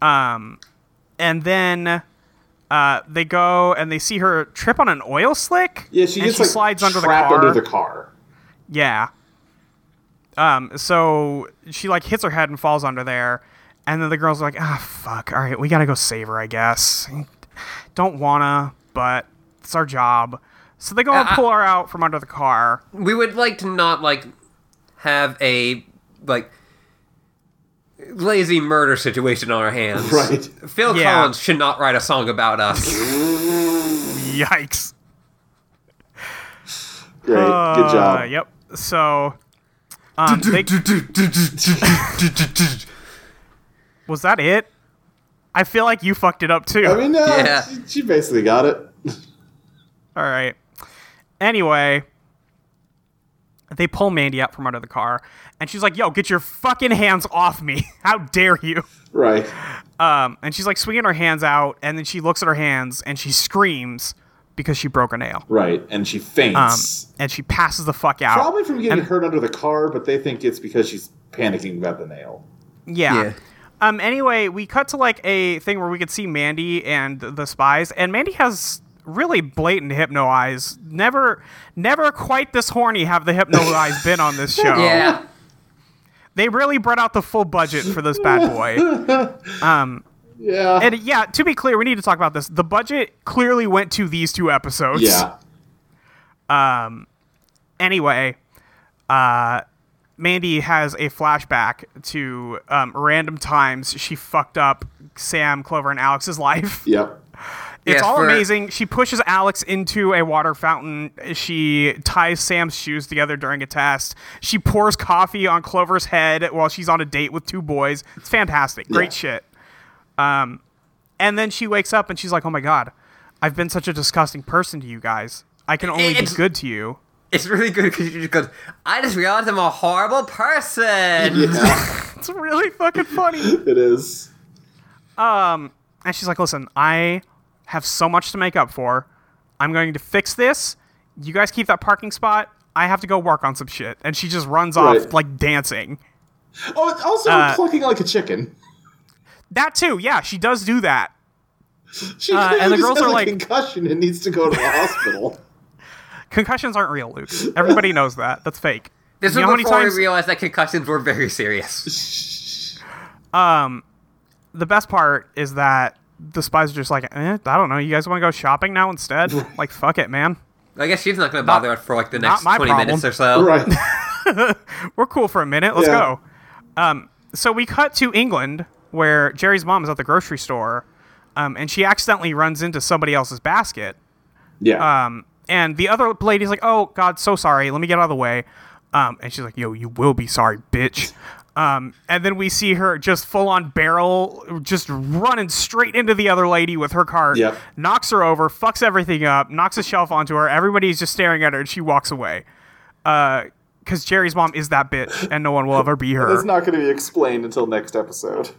and then uh, they go and they see her trip on an oil slick.
Yeah, she
and
gets
she
like
slides under the
trapped
car.
under the car.
yeah. Um. So she like hits her head and falls under there, and then the girls are like, "Ah, fuck! All right, we gotta go save her, I guess. Don't wanna, but it's our job." So they go and
I-
pull her out from under the car.
we would like to not like have a like lazy murder situation on our hands.
Right.
Phil
Yeah.
Collins should not write a song about
*laughs*
us.
Yikes.
Great. Good
Uh,
job.
yep. So,
*laughs*
um, they- was that it? I feel like you fucked it up too.
I mean, uh,
Yeah.
she, she basically got it.
All right. Anyway, they pull Mandy out from under the car, and she's like, "Yo, get your fucking hands off me! *laughs* How dare you!"
Right.
Um, and she's like swinging her hands out, and then she looks at her hands and she screams because she broke a nail,
Right. And she faints.
and she passes the fuck out.
Probably from getting
Um, and-
hurt under the car, but they think it's because she's panicking about the nail.
Yeah.
Yeah.
Um. Anyway, we cut to like a thing where we could see Mandy and the spies, and Mandy has really blatant hypno eyes. Never, never quite this horny have the hypno eyes been on this show.
yeah.
They really brought out the full budget for this bad boy. Um,
Yeah.
And yeah, to be clear, we need to talk about this. The budget clearly went to these two episodes.
yeah.
Anyway, uh, Mandy has a flashback to um, random times she fucked up Sam, Clover, and Alex's life. *laughs*
Yep.
It's
Yeah,
all
for-
amazing. She pushes Alex into a water fountain. She ties Sam's shoes together during a test. She pours coffee on Clover's head while she's on a date with two boys. It's fantastic. Great
Yeah.
shit. Um, And then she wakes up and she's like, "Oh my god, I've been such a disgusting person to you guys. I can only
It's-
be good to you."
It's really good because she just goes, I just realized I'm a horrible person.
Yeah, *laughs*
It's really fucking funny.
it is.
and she's like, "Listen, I have so much to make up for. I'm going to fix this. You guys keep that parking spot. I have to go work on some shit." And she just runs
Right.
off like dancing.
Oh, it's also
Uh,
clucking like a chicken.
That too. Yeah, she does do that.
She
uh,
clearly
and the
just
girls
has
are
a
like-
concussion and needs to go to
*laughs*
the hospital.
Concussions aren't real, Luke. Everybody knows that. That's fake.
This
You
was
know how many
before I
times-
realized that concussions were very serious.
the best part is that the spies are just like, eh, I don't know. You guys want to go shopping now instead? like, fuck it, man.
I guess she's not going to bother us for like the next 20
my problem.
minutes or so.
right.
Uh, We're cool for a minute. Let's
Yeah.
go. Um, so we cut to England, where Jerry's mom is at the grocery store, um, and she accidentally runs into somebody else's basket.
Yeah.
Um, and the other lady's like, "Oh God, so sorry. Let me get out of the way." Um, and she's like, "Yo, you will be sorry, bitch." Um, and then we see her just full on barrel, just running straight into the other lady with her cart.
Yep.
Knocks her over, fucks everything up, knocks a shelf onto her. Everybody's just staring at her, and she walks away. Because Jerry's mom is that bitch, and no one will ever be her.
That's not going to be explained until next episode.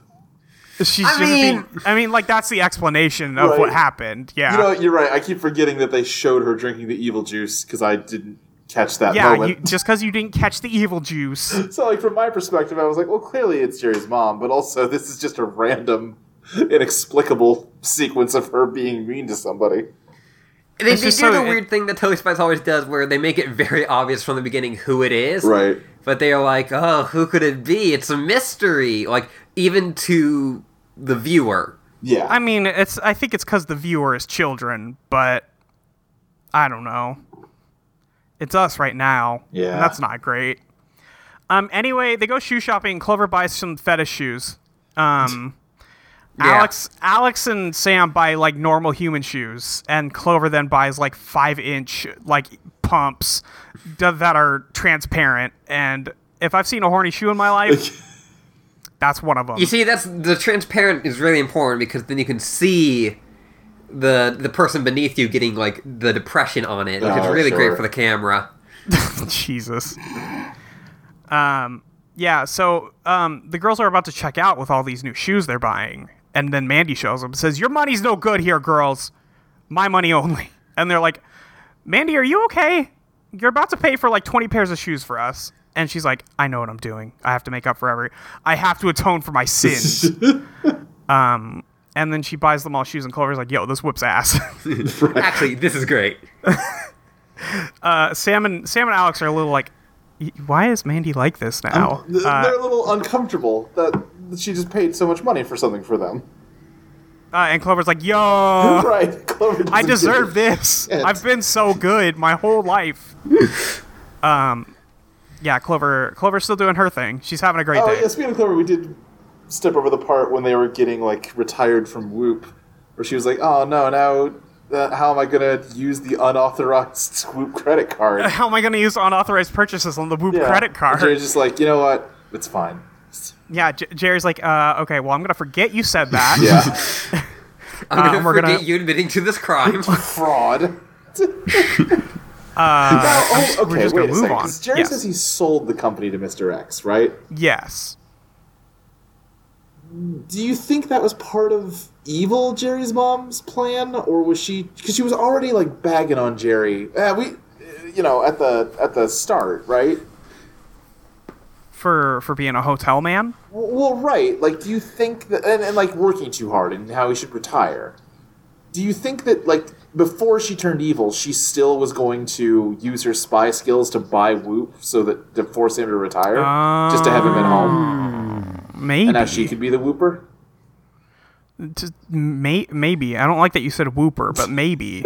She's
I
just being-
mean-
I mean, like that's the explanation of
Right.
what happened. Yeah.
You know, you're right. I keep forgetting that they showed her drinking the evil juice because I didn't catch that
yeah, you,
moment.
just because you didn't catch the evil juice
*laughs* So, like from my perspective, I was like, well, clearly it's Jerry's mom, but also this is just a random, inexplicable sequence of her being mean to somebody.
They, they
It's
do
just so-
the
it-
weird thing that Totally Spies always does where they make it very obvious from the beginning who it is.
Right.
But they are like, oh, who could it be? It's a mystery. Like, even to the viewer.
Yeah.
I mean, it's. I think it's because the viewer is children, but I don't know. It's us right now. and
Yeah.
that's not great. Um. Anyway, they go shoe shopping. Clover buys some fetish shoes. Um.
*laughs* Yeah.
Alex, Alex, and Sam buy like normal human shoes, and Clover then buys like five inch like pumps d- that are transparent. And if I've seen a horny shoe in my life,
*laughs*
that's one of them.
You see, that's the transparent is really important because then you can see the the person beneath you getting like the depression on it, which is
Oh,
really
sure.
great for the
*laughs*
camera.
*laughs* Jesus. Um, yeah, so um, the girls are about to check out with all these new shoes they're buying. And then Mandy shows them and says, Your money's no good here, girls. My money only. *laughs* And they're like, Mandy, are you okay? You're about to pay for like 20 pairs of shoes for us. And she's like, I know what I'm doing. I have to make up for every. I have to atone for my sins. um, and then she buys them all shoes, and Clover's like, Yo, this whips ass. *laughs*
Actually, this is great.
Sam and Sam and Alex are a little like, "Y- why is Mandy like this now?
Th-
Uh,
They're a little uncomfortable that she just paid so much money for something
*laughs*
for them.
uh, and Clover's like,
*laughs*
yo,
right. Clover
I deserve this.
Shit.
I've been so good my whole life. um, yeah, Clover. Clover's still doing her thing. She's having a great
Oh
day.
yeah, speaking of Clover, we did step over the part when they were getting like retired from Whoop, where she was like, "Oh no, now uh, how am I gonna use the unauthorized *laughs* Whoop credit card?"
*laughs* How am I going to use unauthorized purchases on the Whoop
Yeah.
credit card?
Jerry's just like, you know what? It's fine.
yeah, J- Jerry's like, uh, okay, well, I'm going to forget you
*laughs*
said that.
Yeah.
I'm gonna
Um, we're
forget
gonna-
you admitting to this
*laughs*
crime.
Fraud. uh, oh, okay,
we're just
wait
gonna
a
move
second.
on.
'cause Jerry
Yes.
says he sold the company to Mr. X, right?
Yes.
Do you think that was part of evil Jerry's mom's plan, or was she? Because she was already like bagging on Jerry. Uh, we, uh, you know, at the at the start, right?
For for being a hotel man.
W- Well, right. Like, do you think that and, and like working too hard and how he should retire? Do you think that like before she turned evil, she still was going to use her spy skills to buy Whoop so that to force him to retire,
Um,
just to have him at home,
Uh, Maybe.
and now she could be the Whooper?
Just may- maybe. I don't like that you said whooper, but
*laughs*
maybe.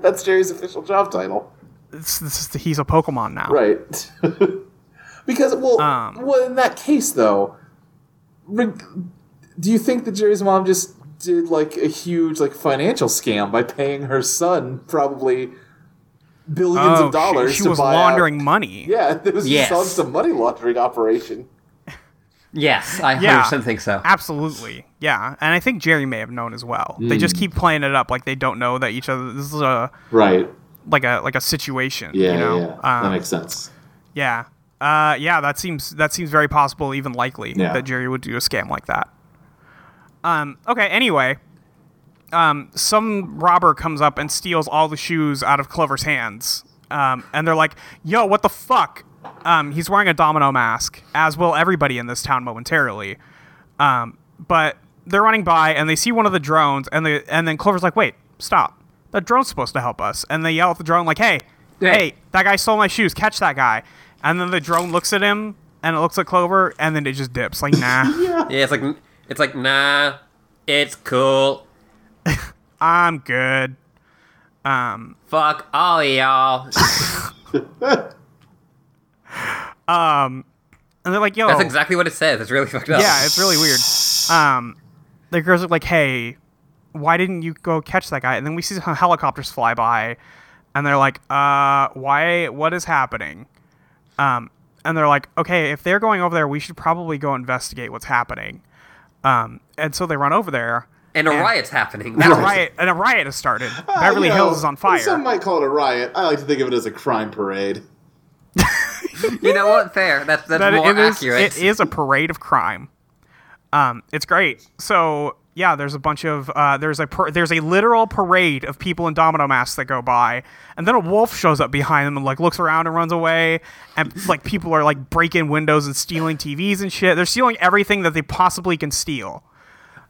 That's Jerry's official job title.
It's- this is- he's a Pokemon now.
Right. *laughs* because well,
Um.
well, in that case though, reg- do you think that Jerry's mom just did like a huge like financial scam by paying her son probably billions
Oh,
of dollars
she, she
to
was
buy out- *laughs*
laundering money.
Yeah, it was
Yes.
just some money laundering operation.
Yes, I
Yeah.
100% think so.
Absolutely. Yeah. And I think Jerry may have known as well. They
Mm.
just keep playing it up like they don't know that each other this is a
Right.
like a like a situation,
Yeah.
you know.
yeah. that
Um,
makes sense.
yeah. Uh, yeah, that seems that seems very possible, even likely
Yeah.
that Jerry would do a scam like that. Um, okay. Anyway, um, some robber comes up and steals all the shoes out of Clover's hands, um, and they're like, "Yo, what the fuck?" Um, he's wearing a domino mask, as will everybody in this town momentarily. Um, but they're running by and they see one of the drones, and the and then Clover's like, "Wait, stop! That drone's supposed to help us." And they yell at the drone like, "Hey,
Yeah.
hey, that guy stole my shoes! Catch that guy!" And then the drone looks at him, and it looks at Clover, and then it just dips like, "Nah,
*laughs* Yeah, it's like it's like nah, it's cool.
I'm good."
Fuck all y'all.
Oh. And they're like, "Yo,
That's exactly what it says. It's really fucked up.
Yeah, it's really weird. Um, the girls are like, "Hey, why didn't you go catch that guy?" And then we see some helicopters fly by, and they're like, "Uh, why? What is happening?" Um, and they're like, "Okay, if they're going over there, we should probably go investigate what's happening." Um, and so they run
*laughs*
over there.
and a
Yeah.
riot's happening. That's
A riot and a riot has started.
Oh,
Beverly
Uh, you know,
Hills is on fire.
Some might call it a riot. I like to think of it as a crime parade.
You know what? Fair. That's that's
That
more
it is-
accurate.
it is a parade of crime. Um, it's great. So yeah, there's a bunch of uh, there's a par- there's a literal parade of people in domino masks that go by, and then a wolf shows up behind them and like looks around and runs away, and like people are like breaking windows and stealing TVs and shit. They're stealing everything that they possibly can steal.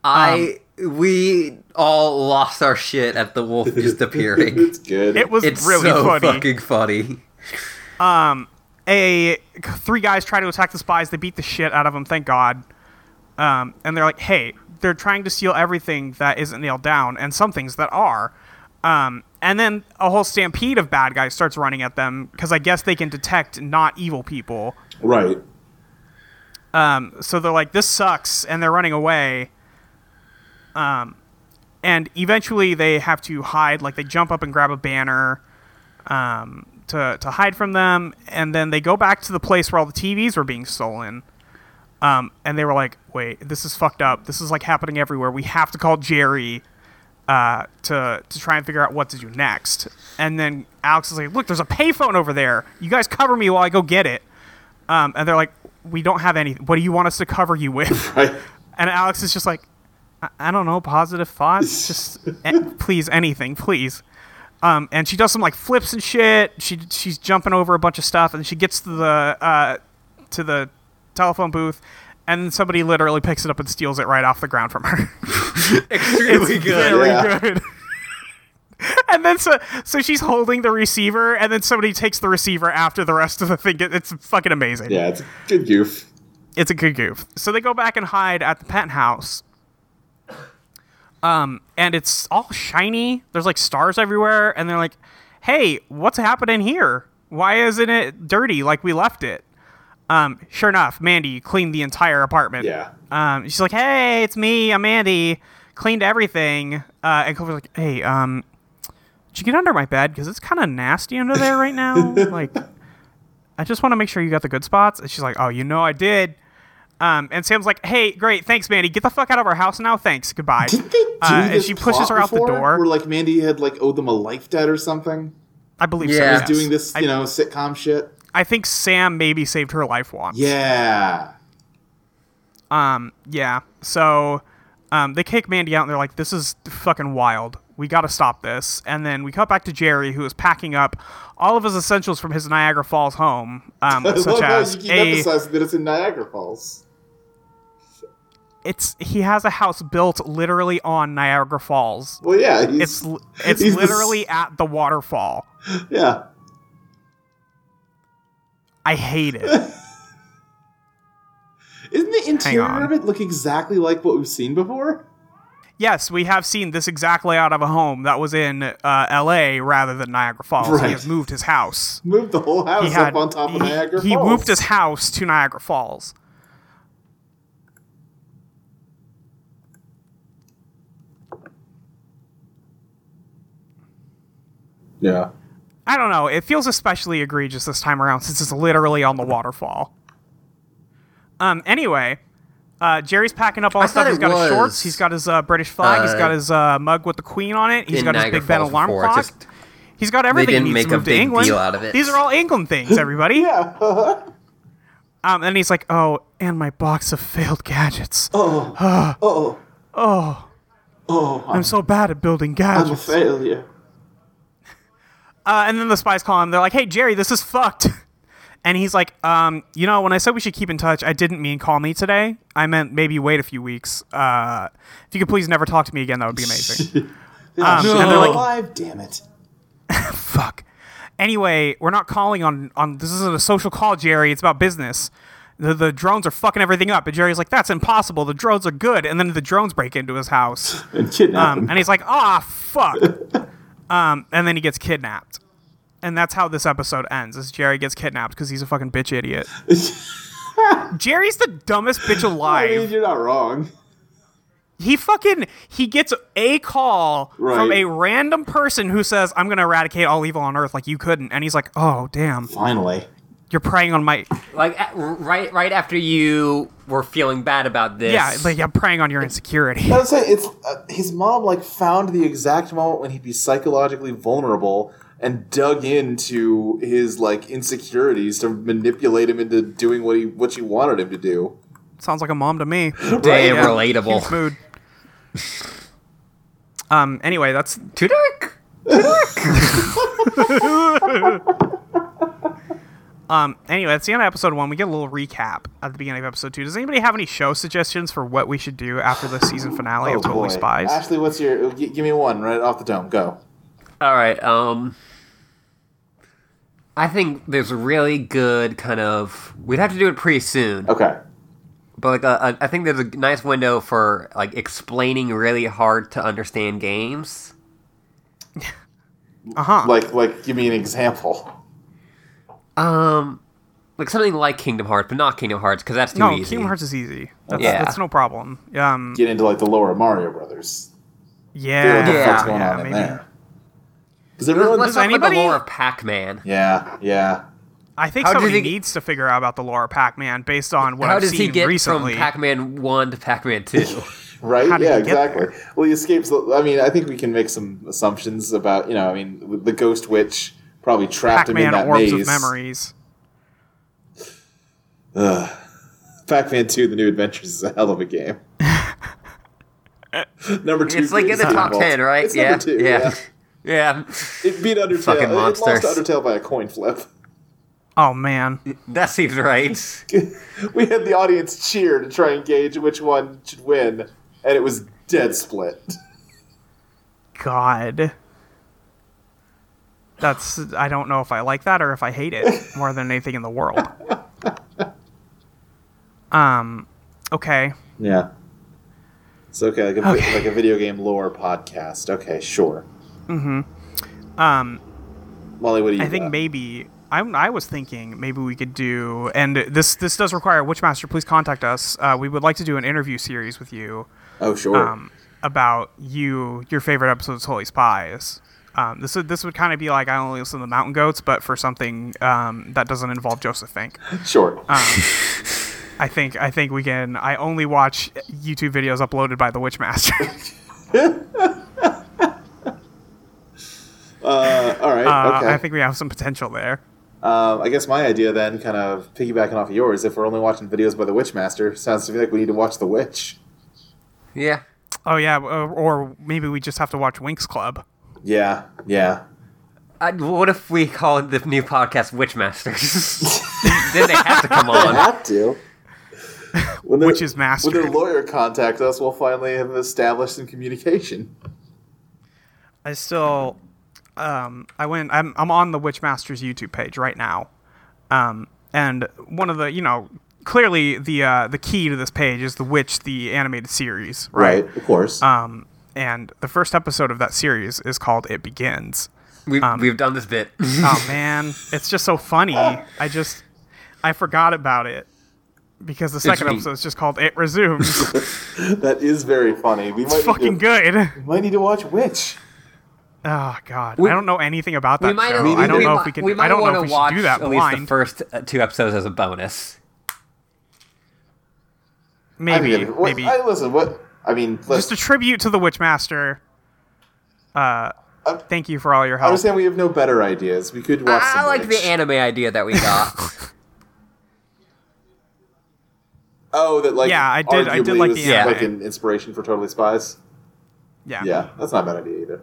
I
um,
we all lost our shit at the
*laughs*
wolf just appearing.
It's good.
It was
it's
really
so
funny.
fucking funny.
a three guys try to attack the spies. They beat the shit out of them. Thank God. Um, and they're like, hey, they're trying to steal everything that isn't nailed down, and some things that are. Um, and then a whole stampede of bad guys starts running at them because I guess they can detect not evil people.
right.
So they're like, this sucks, and they're running away. Um, and eventually they have to hide. Like they jump up and grab a banner um, to to hide from them, and then they go back to the place where all the TVs were being stolen. Um, and they were like, wait, this is fucked up. This is like happening everywhere. We have to call Jerry uh, to to try and figure out what to do next. And then Alex is like, look, there's a payphone over there. You guys cover me while I go get it. Um, and they're like, we don't have any. What do you want us to cover you with? *laughs*
Right.
And Alex is just like, I, I don't know, positive thoughts, just a- please anything, please. Um, and she does some like flips and shit. She she's jumping over a bunch of stuff, and she gets to the uh, to the telephone booth, and somebody literally picks it up and steals it right off the ground from her. *laughs*
*laughs* Extremely good.
Very
Yeah.
good. and then so so she's holding the receiver, and then somebody takes the receiver after the rest of the thing. It- It's fucking amazing
Yeah, it's a good goof.
it's a good goof. So they go back and hide at the penthouse. Um, and it's all shiny. There's like stars everywhere, and they're like, "Hey, what's happening here? Why isn't it dirty like we left it?" Um, sure enough, Mandy cleaned the entire apartment.
Yeah.
Um, she's like, "Hey, it's me. I'm Mandy. Cleaned everything." Uh, and Clover's like, "Hey, um, did you get under my bed? Because it's kind of nasty under there right now. like, I just want to make sure you got the good spots." And she's like, "Oh, you know I did." Um, and Sam's like, "Hey, great, thanks, Mandy. Get the fuck out of our house now. Thanks.
*laughs*
Goodbye."
Did they do
Uh, and
this
she pushes
plot
her out the
before,
door.
Where like Mandy had like owed them a life debt or something.
I believe
Yeah.
so.
Was
yes.
Doing this,
I,
you know, sitcom shit.
I think Sam maybe saved her life once.
Yeah.
Um, yeah. So um, they kick Mandy out and they're like, this is fucking wild. We got to stop this. And then we cut back to Jerry, who is packing up all of his essentials from his Niagara Falls home, um,
*laughs* I
such
love how
as
you keep
a.
emphasizing that it's in Niagara Falls.
It's he has a house built literally on Niagara Falls.
Well, yeah, he's,
It's
*laughs*
l- it's
he's the s-
literally at the waterfall.
yeah.
I hate
*laughs*
it.
Isn't the
on.
interior of it look exactly like what we've seen before?
yes, we have seen this exact layout of a home that was in uh, L.A. rather than Niagara Falls. He
Right.
has moved his house.
Moved the whole house
he had
up on top of
he,
Niagara
he
Falls.
moved his house to Niagara Falls.
Yeah.
I don't know. It feels especially egregious this time around since it's literally on the waterfall. Um. Anyway, Uh, Jerry's packing up all his
thought
stuff. He's
it
got his
was,
shorts. He's got his uh, British flag. he's
uh,
got his uh, mug with the Queen on it. He's
in
got his
Niagara
Big Ben
Falls
alarm
before,
clock.
just-
he's got everything.
didn't
he needs
make
to
a
move to
big
England.
deal out of it.
These are all England
*laughs*
things, everybody.
Yeah.
Um, and he's like, "Oh, and my box of failed gadgets. *sighs*
oh. Oh.
I'm so bad at building gadgets."
I'm a failure.
Uh, and then the spies call him. They're like, "Hey, Jerry, this is fucked." *laughs* And he's like, um, "You know, when I said we should keep in touch, I didn't mean call me today. I meant maybe wait a few weeks. Uh, if you could please never talk to me again, that would be
*laughs*
amazing."
no.
Um, and they're like-
alive, damn it.
Fuck. Anyway, we're not calling on on. This isn't a social call, Jerry. It's about business. The, the drones are fucking everything up. And Jerry's like, "That's impossible. The drones are good." And then the drones break into his house.
And kidnap
Um,
him.
and he's like, ah,
*laughs*
fuck. um, and then he gets kidnapped. And that's how this episode ends, is Jerry gets kidnapped because he's a fucking bitch
*laughs*
idiot. Jerry's the dumbest bitch
I mean,
alive.
you're not wrong.
He fucking, he gets a call from a
Right.
random person who says, I'm going to eradicate all evil on Earth like you couldn't. And he's like, oh, damn,
Finally.
you're preying on my,
Like at, r- right right after you were feeling bad about this.
yeah, like I'm preying on your insecurity. *laughs*
I would say it's uh, his mom like found the exact moment when he'd be psychologically vulnerable and dug into his like insecurities to manipulate him into doing what he what she wanted him to do.
Sounds like a mom to me.
Day
Yeah. Huge
relatable.
mood. Um, anyway, that's
Too dark.
*laughs* Um, anyway, that's the end of episode one. We get a little recap at the beginning of episode two. Does anybody have any show suggestions for what we should do after the season finale
Oh,
of Totally Spies?
Ashley, what's your? G- give me one right off the dome. Go.
All right. Um, I think there's a really good kind of. We'd have to do it pretty soon,
Okay.
but like a, a, I think there's a nice window for like explaining really hard to understand games.
Uh huh.
Like like give me an example.
Um, like something like Kingdom Hearts, but not Kingdom Hearts because that's too
No,
easy.
Kingdom Hearts is easy. That's,
Yeah.
that's no problem. Um,
Get into like the lower Mario Brothers. Figure
yeah,
out what the fuck's
Yeah,
going
yeah,
on in
maybe.
there. Because everyone.
Let's
Does
talk about the
anybody-
lore of Pac-Man.
yeah. Yeah.
I think
How did
somebody
he-
needs to figure out about the lore of Pac-Man based on what
How
I've
does he
seen
get
recently.
from Pac-Man One to Pac-Man Two?
Right?
How did
yeah,
he get
exactly. Well, he escapes. the- I mean, I think we can make some assumptions about, you know, I mean, the ghost witch probably trapped him in
Pac-Man
that
Orbs
maze.
of Memories.
Pac-Man 2: The New Adventures is a hell of
*laughs*
a game. number
*laughs*
two.
it's like in
is
the top
involved.
ten, right?
It's
yeah,
number two.
yeah, *laughs* yeah,
It beat Undertale.
Fucking
it lost to
monsters.
Undertale by a coin flip. *laughs*
Oh man,
That seems
*laughs*
right.
We had the audience cheer to try and gauge which one should win, and it was dead split.
God. That's I don't know if I like that or if I hate it more than anything in the world.
*laughs*
Um, okay.
Yeah. It's okay, like a,
Okay.
like a video game lore podcast. Okay, sure.
Um,
Molly, what do you?
I think
got?
maybe I I was thinking maybe we could do and this this does require Witchmaster. Please contact us. Uh, we would like to do an interview series with you.
Oh, sure.
um, about you your favorite episodes of Holy Spies. Um, this would this would kind of be like I only listen to the Mountain Goats, but for something um, that doesn't involve Joseph Fink.
*laughs* sure.
uh, I think I think we can. I only watch YouTube videos uploaded by the Witchmaster.
Uh, all
*laughs*
right.
Uh,
okay.
I think we have some potential there.
um, I guess my idea then, kind of piggybacking off of yours, if we're only watching videos by the Witchmaster, sounds to me like we need to watch The Witch.
Yeah,
Oh yeah, or, or maybe we just have to watch Winx Club.
Yeah. Yeah.
I, what if we called the new podcast Witchmasters? *laughs* then they have to come
*laughs*
on.
*laughs*
Have to. When
Which is mastered.
When their lawyer contacts us, we'll finally have established some communication.
I still, um, I went. I'm I'm on the Witchmaster's YouTube page right now, um, and one of the you know clearly the uh, the key to this page is the Witch the animated series, right?
Of course.
Um, and the first episode of that series is called It Begins.
We've,
Um,
we've done this bit.
oh man, it's just so funny. I just I forgot about it because the second
me.
episode is just called "It Resumes."
that is very funny. We might *laughs*
it's fucking
need to,
good.
We might need to watch Witch.
Oh god,
We-
I don't know anything about that
we might.
show. I don't
we
know
mi-
if we can.
We might
I don't
want
know if we
to
should
watch
do that
at least the
blind.
first uh, two episodes as a bonus.
Maybe,
I mean, what-
maybe.
I, listen, what I mean,
Just
let's,
a tribute to the Witchmaster. Uh,
Uh,
thank you for all your
I
help.
understand we have no better ideas. We could watch.
I, I
some
like the
Lynch.
anime idea that we
*laughs*
got.
Oh, that like
Yeah, I did- I did
arguably
like
was,
the anime.
like an inspiration for Totally Spies.
yeah.
Yeah, that's not a bad idea either.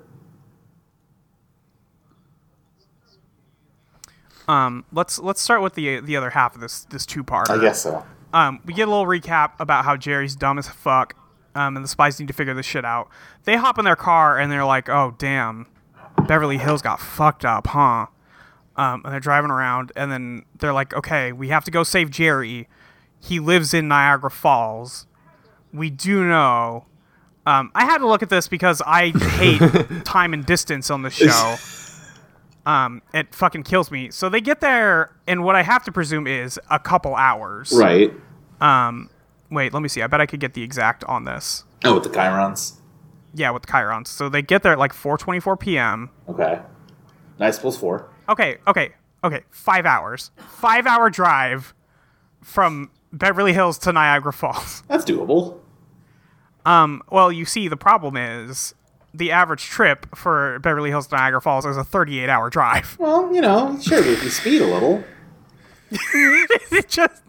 Um, let's let's start with the the other half of this this two part.
I guess so.
Um, we get a little recap about how Jerry's dumb as fuck, um, and the spies need to figure this shit out. They hop in their car and they're like, "Oh damn, Beverly Hills got fucked up, huh?" Um, and they're driving around, and then they're like, "Okay, we have to go save Jerry. He lives in Niagara Falls. We do know." Um, I had to look at this because I hate time and distance on the show. Um, it fucking kills me. So they get there in what I have to presume is a couple hours.
Right.
Wait, let me see. I bet I could get the exact on this.
Oh, with the Chirons.
Yeah, with Chirons. So they get there at like 4:24 p.m.
Okay. Nice plus four.
Okay, okay, okay. Five hours. Five hour drive from Beverly Hills to Niagara Falls. *laughs*
That's doable.
Um, well, you see, the problem is the average trip for Beverly Hills to Niagara Falls is a 38 hour drive. *laughs*
Well, you know, sure, if you speed a little.
it just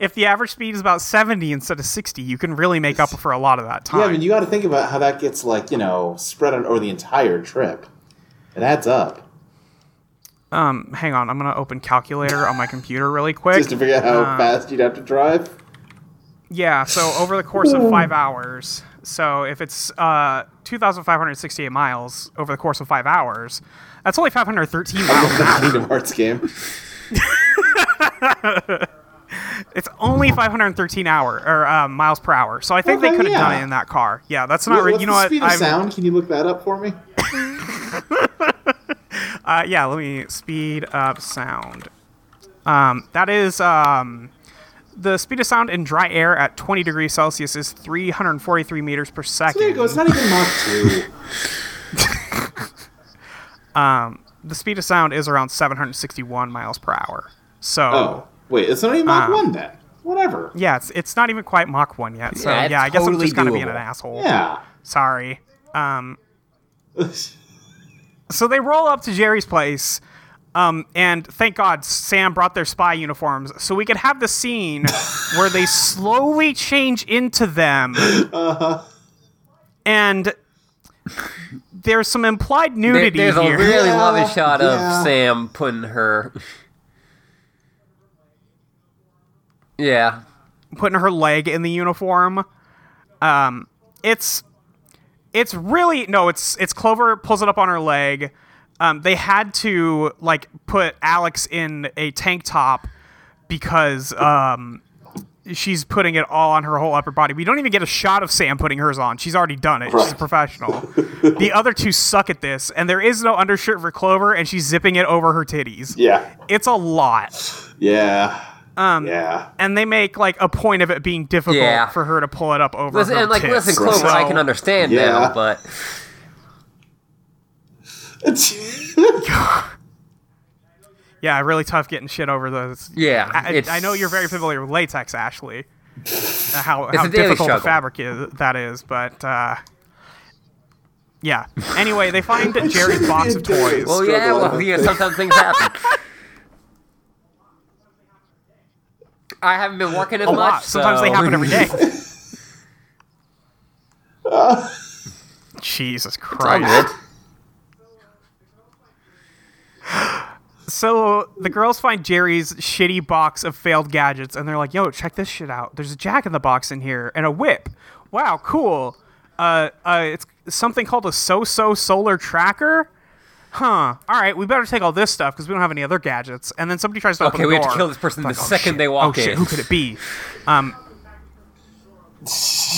if the average speed is about 70 instead of 60, you can really make up for a lot of that time.
Yeah, I mean, you got to think about how that gets like you know spread out over the entire trip. It adds up
Hang on, I'm gonna open calculator on my computer really quick.
just to figure out how
Uh.
fast you'd have to drive. *laughs*
Yeah, so over the course of five hours, so if it's uh, 2,568 miles over the course of five hours, that's only 513 miles.
Kingdom Hearts game.
it's only 513 hour or uh, miles per hour. So I think
Well,
they
then,
could have done
yeah.
it in that car. Yeah, that's not.
What's
right. you know
the
what?
speed
I'm-
of sound? Can you look that up for me?
Uh, yeah, let me speed up sound. Um, that is um, the speed of sound in dry air at 20 degrees Celsius is 343 meters per second.
There you go. It's not even Mach two.
the speed of sound is around 761 miles per hour. So
Oh wait, it's not even Mach
Ah.
one then. Whatever.
yeah, it's it's not even quite Mach one yet. So
Yeah,
yeah,
it's
I guess I'm
totally
just kind of being
doable.
an asshole.
Yeah.
Sorry. Um, So they roll up to Jerry's place. Um, and thank God Sam brought their spy uniforms so we could have the scene where they slowly change into them. And there's some implied
There-
nudity
there's
here.
a really
Yeah,
lovely shot
yeah.
of Sam putting her. yeah,
putting her leg in the uniform. Um, it's it's really no, it's it's Clover pulls it up on her leg. Um, they had to like put Alex in a tank top because um, she's putting it all on her whole upper body. We don't even get a shot of Sam putting hers on. She's already done it. She's a
Right. *laughs*
professional. the other two suck at this, and there is no undershirt for Clover, and she's zipping it over her titties.
Yeah.
It's a lot
Yeah. Um, yeah.
and they make like a point of it being difficult
Yeah.
for her to pull it up over.
listen,
her
and like,
tits.
listen, Clover,
So-
I can understand
Yeah.
now, but
*laughs*
*laughs*
Yeah, really tough getting shit over those.
yeah,
I,
it's,
I know you're very familiar with latex, Ashley. uh, How
It's
how
a daily
difficult the
struggle.
fabric is that is, but uh, yeah. Anyway, they find Jerry's box of toys.
Well, yeah,
struggle.
well, yeah. Sometimes things happen. *laughs* I haven't been working as
A
much.
lot. Sometimes
so-
they happen
*laughs*
every day.
I
Jesus Christ.
did.
So the girls find Jerry's shitty box of failed gadgets, and they're like, "Yo, check this shit out. There's a jack in the box in here and a whip. Wow, cool. Uh, uh, it's something called a so-so solar tracker." Huh. All right, we better take all this stuff because we don't have any other gadgets. And then somebody tries to open
Okay,
the
we have to
door.
kill this person
Like,
the
"Oh,
second
shit.
they walk
oh, Shit,
in."
who could it be? Um,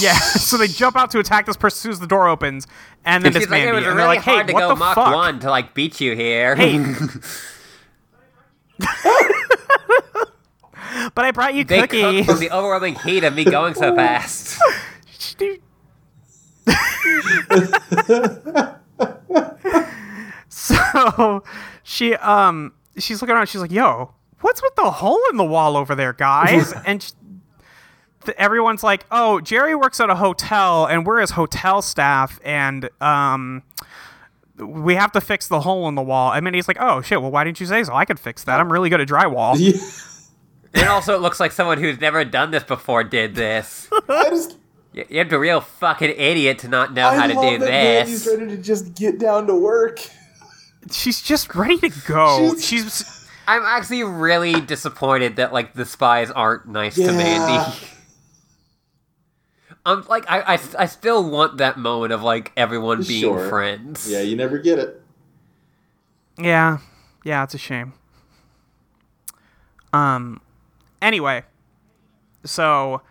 yeah. *laughs* So they jump out to attack this person as soon as the door opens, and then
She's
it's
like,
Mandy,
it was
and
really
they're like, "Hey,
hard to
what
go
the
Mach
fuck?"
one to like beat you here. *laughs*
Hey. *laughs* But I brought you
they
cookies.
cooked from the overwhelming heat of me going so
*laughs*
fast.
so she um she's looking around she's like yo what's with the hole in the wall over there guys and sh th- everyone's like, "Oh, Jerry works at a hotel, and we're his hotel staff, and um, we have to fix the hole in the wall." And then he's like, "Oh shit! Well, why didn't you say so? I could fix that. I'm really good at drywall."
*laughs* Yeah.
And also, it looks like someone who's never done this before did this.
I just
You- You're a real fucking idiot to not know
I
how to
love
do
that Mandy's
this.
ready to just get down to work.
She's just ready to go.
She's-
She's
I'm actually really disappointed that like the spies aren't nice
Yeah.
to
*laughs*
Mandy. I'm like I, I, I still want that moment of like everyone being
Sure.
friends.
Yeah, you never get it.
yeah, yeah. It's a shame. Um. Anyway, so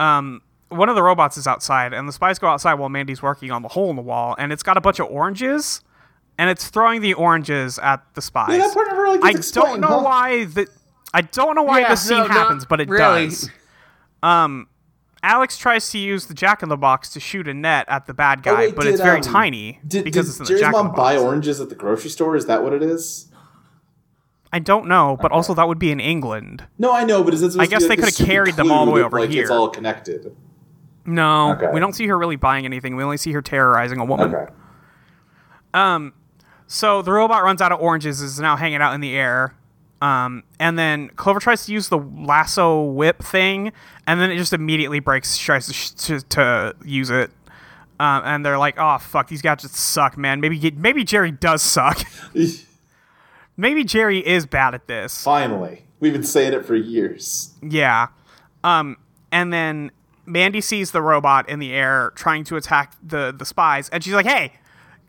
um, one of the robots is outside, and the spies go outside while Mandy's working on the hole in the wall, and it's got a bunch of oranges, and it's throwing the oranges at the spies.
Yeah, that part never really gets
I don't
explained,
know
huh?
why the I don't know why
Yeah,
this scene
no, not
happens, but it
really.
does. Um, Alex tries to use the Jack in the Box to shoot a net at the bad guy,
wait,
but
did,
it's very
um,
tiny
Did,
because
did
it's in the
Jerry's
Jack in the
mom buy
Box.
oranges at the grocery store? Is that what it is?
I don't know, but also that would be in England.
No, I know, but is it? Supposed
I guess
to be like
they
a
could've
super
carried them
clue
all the way
that,
over
like,
here.
It's all connected.
No,
Okay.
we don't see her really buying anything. We only see her terrorizing a woman.
Okay.
So the robot runs out of oranges, is now hanging out in the air. Um, and then Clover tries to use the lasso whip thing, and then it just immediately breaks. She tries to, sh- to, to use it. Um, and they're like, oh, fuck, these guys just suck, man. Maybe, he- maybe Jerry does
*laughs*
suck. maybe Jerry is bad at this.
Finally, we've been saying it for years.
Yeah. Um, and then Mandy sees the robot in the air trying to attack the, the spies, and she's like, hey,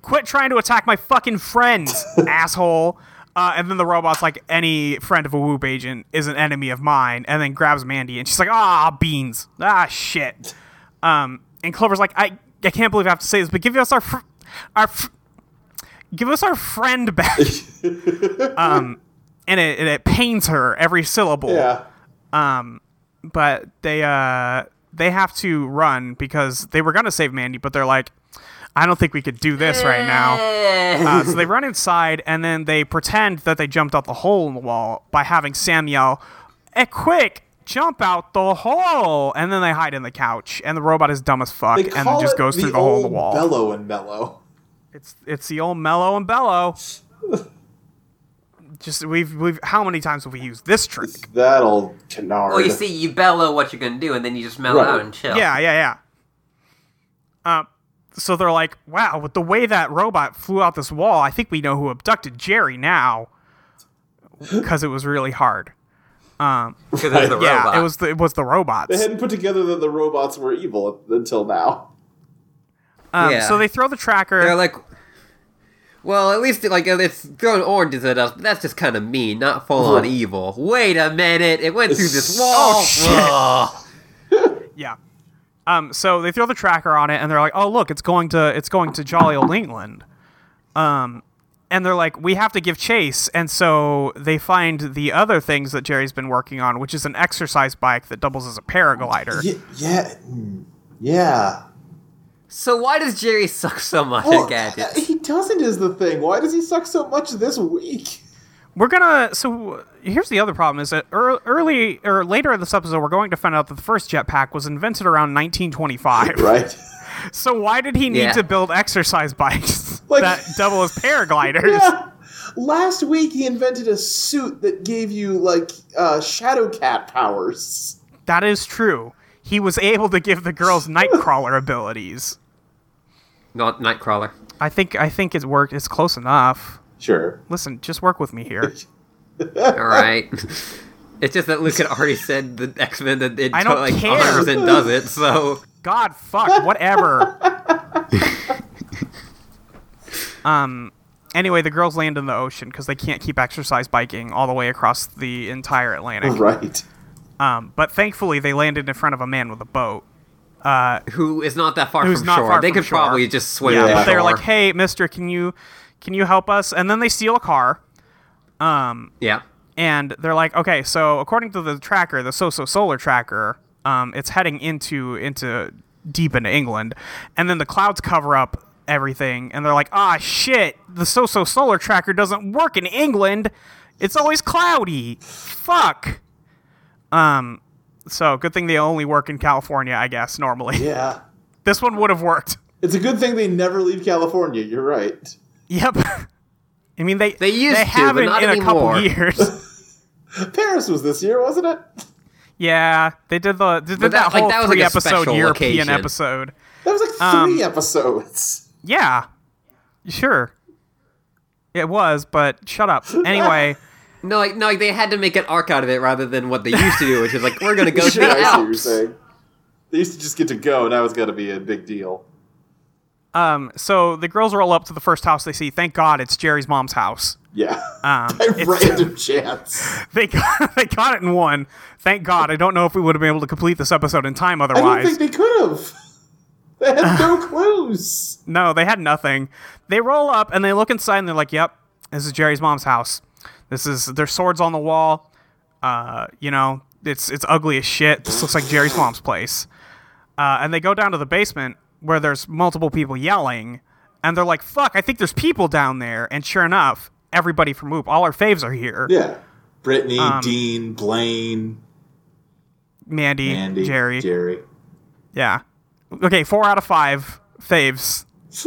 quit trying to attack my fucking friends, asshole. Uh, and then the robot's like, any friend of a Whoop agent is an enemy of mine, and then grabs Mandy, and she's like, ah, beans. Ah, shit. Um, and Clover's like, I, I can't believe I have to say this, but give us our. Fr- our fr- Give us our friend back, um, and it, and it pains her every syllable
Yeah.
but they uh they have to run because they were gonna save Mandy, but they're like, I don't think we could do this right now. Uh, so they run inside and then they pretend that they jumped out the hole in the wall by having Sam yell, "Eh, quick!" Jump out the hole, and then they hide in the couch, and the robot is dumb as fuck,
They
and
call
then just
it
goes
the
through the hole in the
old
wall.
Bellow and mellow.
It's it's the old mellow and
*laughs*
bellow. just we've we've how many times have we used this trick?
That old canard.
Well, you see, you bellow what you're gonna do, and then you just mellow
Right.
out and chill.
Yeah, yeah, yeah. Uh, so they're like, wow, with the way that robot flew out this wall, I think we know who abducted Jerry now. Because it was really hard.
because it's the
Yeah,
robot.
it was the, it was the
They
robots.
hadn't put together that the robots were evil until now.
Um,
Yeah.
So they throw the tracker.
They're like, well, at least like it's throwing oranges at us, but that's just kind of mean, not full on
Right.
evil. Wait a minute, it went through *laughs* this wall.
oh shit! yeah. Um, so they throw the tracker on it, and they're like, "Oh, look, it's going to it's going to jolly old England." Um, and they're like, "We have to give chase," and so they find the other things that Jerry's been working on, which is an exercise bike that doubles as a paraglider.
Yeah. Yeah. mm, yeah.
So why does Jerry suck so much
Well,
at gadgets? *laughs*
he doesn't is the thing. Why does he suck so much this week?
We're gonna. So here's the other problem: is that ear- early or later in this episode, we're going to find out that the first jetpack was invented around 1925.
Right.
So why did he need
Yeah.
to build exercise bikes *laughs*
Like-
that double as paragliders?
*laughs* Yeah. Last week he invented a suit that gave you like uh, shadow cat powers.
That is true. He was able to give the girls Nightcrawler abilities.
Not Nightcrawler.
I think I think it worked. It's close enough.
Sure.
Listen, just work with me here.
All right. *laughs* It's just that Luke had already said the X Men that it
I don't
like
care.
100% does it, so
God, fuck,
*laughs*
whatever. um. Um, Anyway, the girls land in the ocean because they can't keep exercise biking all the way across the entire Atlantic.
Right.
Um, but thankfully, they landed in front of a man with a boat.
who is not that far
Who's
from
not
shore?
far
they
from
could
shore.
probably just swim.
Yeah,
to
but
But they're
shore.
like, "Hey, Mister, can you can you help us?" And then they steal a car.
yeah,
and they're like, okay, so according to the tracker, the so-so solar tracker, um, it's heading into into deep into England, and then the clouds cover up everything, and they're like, ah, shit, the so-so solar tracker doesn't work in England. It's always cloudy. Fuck. Um, So good thing they only work in California, I guess. Normally,
Yeah.
*laughs* this one would have worked.
It's a good thing they never leave California. You're right.
Yep. *laughs* I mean, they
They used to, but
haven't
not
in a couple
anymore.
*laughs* years.
Paris was this year, wasn't it?
yeah, they did the they did that,
But that- like,
whole
that was, like, a
three episode
special
European
occasion.
episode.
That was like
Um,
three episodes.
Yeah, sure. It was, but
*laughs*
shut up. Anyway,
No, like no, like they had to make an arc out of it rather than what they used to do, which is like we're
*laughs*
gonna *laughs* go to
Sure,
the
I see what you're
Alps.
saying. They used to just get to go. Now it's got to be a big deal.
um, so the girls roll up to the first house they see. Thank God it's Jerry's mom's house. *laughs*
Yeah.
Um,
*laughs* By
it's-
*laughs*
random chance.
they got, *laughs* they got it in one. Thank God. I don't know if we would have been able to complete this episode in time
I don't
otherwise.
think they could have. *laughs* They
*laughs*
had no clues.
No, they had nothing. They roll up and they look inside and they're like, "Yep, this is Jerry's mom's house. This is there's swords on the wall. Uh, you know, it's it's ugly as shit. This looks like Jerry's mom's place." Uh, and they go down to the basement where there's multiple people yelling, and they're like, "Fuck, I think there's people down there." And sure enough, everybody from Oop, all our faves are here.
Yeah. Brittany,
Um,
Dean, Blaine,
Mandy,
Andy,
Jerry.
Jerry.
*laughs*
Yeah. Okay, four out of five faves. *laughs*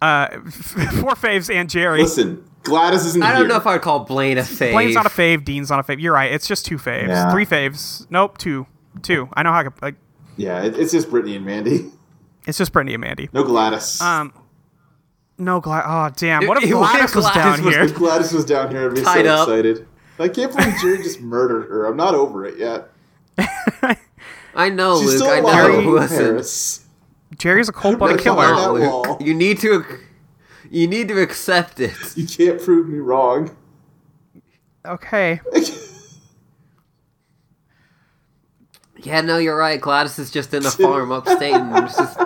Uh, four faves and Jerry.
Listen, Gladys isn't
I
here.
don't know if I would call Blaine a fave.
Blaine's not a fave. Dean's not a fave. You're right. It's just two faves.
Yeah.
Three faves. Nope, two. Two. I know how. I could, like,
yeah, it, it's just Brittany and Mandy.
it's just Brittany and Mandy.
No Gladys. *laughs*
Um, no Gladys. Oh damn! What if
It- what if
Gladys was
Gladys
down
was
here?
*laughs* if Gladys was down here, I'd be so
Tied up.
excited. I can't believe Jerry
*laughs*
just murdered her. I'm not over it yet.
I know,
She's
Luke.
still
I
alive
know.
in
Listen,
Paris.
Jerry's a cold-blooded
Right, come
killer.
on.
Come on,
That
Luke.
wall.
You need to, you need to accept it.
*laughs* You can't prove me wrong.
Okay.
Yeah, no, you're right. Gladys is just
*laughs*
in a farm upstate and is just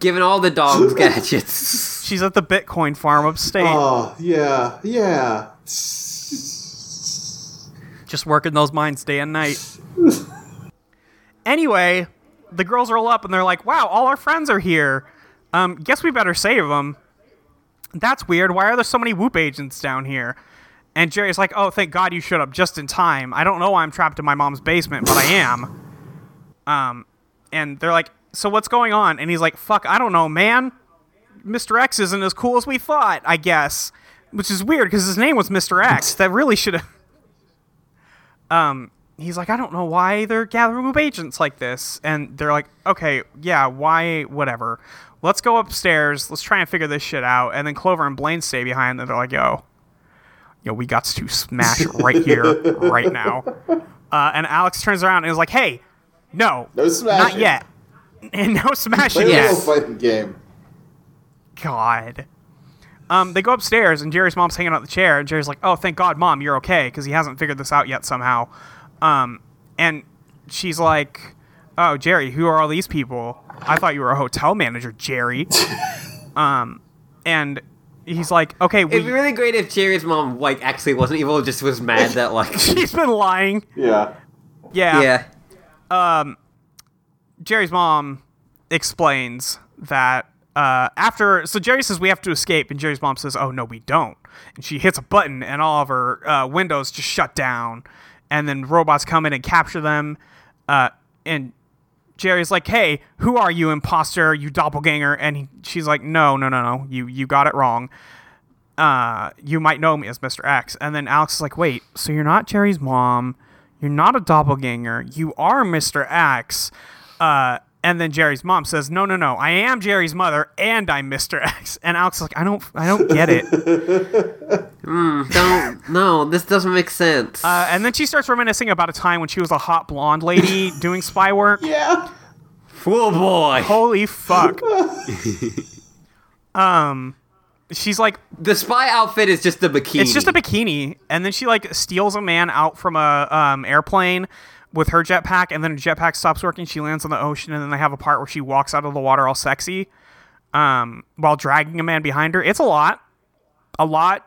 giving all the
*laughs*
dogs gadgets.
She's at the Bitcoin farm upstate,
oh, yeah, yeah.
just working those mines day and night. *laughs* anyway, the girls roll up and they're like, "Wow, all our friends are here. Um, guess we better save them." That's weird. Why are there so many Whoop agents down here? And Jerry's like, "Oh, thank God you showed up just in time. I don't know why I'm trapped in my mom's basement, but I am." um, and they're like, "So what's going on?" And he's like, "Fuck, I don't know, man. Mr. X isn't as cool as we thought, I guess." Which is weird because his name was Mr. X. That really *laughs* should have he's like, I don't know why they're gathering up agents like this. And they're like, okay, yeah, why, whatever. Let's go upstairs. Let's try and figure this shit out. And then Clover and Blaine stay behind. And they're like, yo, yo, we got to smash right here, right now. Uh, and Alex turns around and is like, hey, no,
No
not
smashing.
yet. *laughs* And no smashing
Play
yet.
a real fighting game.
God. Um, they go upstairs, and Jerry's mom's hanging out the chair, and Jerry's like, "Oh, thank God, mom, you're okay," because he hasn't figured this out yet somehow. Um, and she's like, "Oh, Jerry, who are all these people? I thought you were a hotel manager, *laughs* Jerry." um, and he's like, "Okay,
It'd be
we,
really great if Jerry's mom like actually wasn't evil, just was mad that
*laughs*
like
*laughs* he's been lying."
Yeah.
yeah.
Jerry's mom explains that uh, after, so Jerry says we have to escape, and Jerry's mom says, "Oh no, we don't." And she hits a button, and all of her uh, windows just shut down, and then robots come in and capture them. Uh, and Jerry's like, "Hey, who are you, imposter? You doppelganger?" And he, she's like, "No, no, no, no. You you got it wrong. Uh, you might know me as Mr. X." And then Alex is like, "Wait, so you're not Jerry's mom? You're not a doppelganger. You are Mr. X." Uh, and then Jerry's mom says, "No, no, no. I am Jerry's mother, and I'm Mr. X." *laughs* And Alex is like, "I don't, I don't get it." Uh,
Don't no, this doesn't make sense.
uh, and then she starts reminiscing about a time when she was a hot blonde lady doing spy work.
Yeah.
Fool boy.
Holy fuck. um, she's like,
The spy outfit is just a bikini.
it's just a bikini, and then she like steals a man out from a um, airplane with her jetpack, and then her jetpack stops working. She lands on the ocean, and then they have a part where she walks out of the water all sexy, um, while dragging a man behind her. It's a lot, a lot.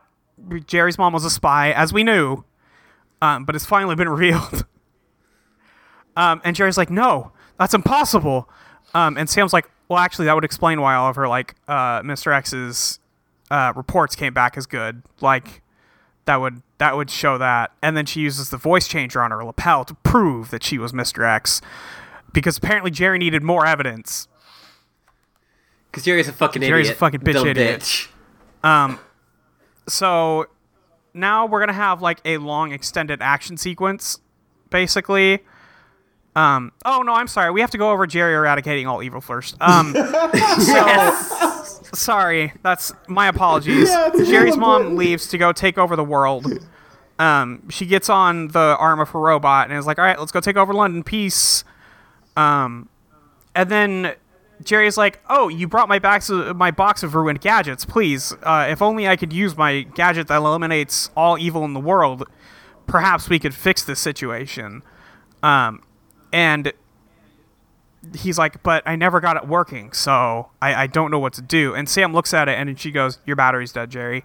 Jerry's mom was a spy, as we knew, um, but it's finally been *laughs* revealed. Um, and Jerry's like, no, that's impossible. Um, and Sam's like, well, actually, that would explain why all of her like uh, Mr. X's uh, reports came back as good. Like that would that would show that. And then she uses the voice changer on her lapel to prove that she was Mr. X, because apparently Jerry needed more evidence.
Because Jerry's a fucking idiot.
Jerry's a fucking bitch
Dumb
idiot.
bitch.
So now we're gonna have like a long extended action sequence, basically. Um, oh no, I'm sorry. We have to go over Jerry eradicating all evil first.
*laughs*
Um, so, sorry, that's my apologies.
Yeah, it's
Jerry's
really
mom
important.
leaves to go take over the world. Um, she gets on the arm of her robot and is like, "All right, let's go take over London. Peace." Um, And then Jerry's like, "Oh, you brought my box of, my box of ruined gadgets. Please, uh, if only I could use my gadget that eliminates all evil in the world. Perhaps we could fix this situation." Um, and he's like, "But I never got it working, so I, I don't know what to do." And Sam looks at it and she goes, "Your battery's dead, Jerry.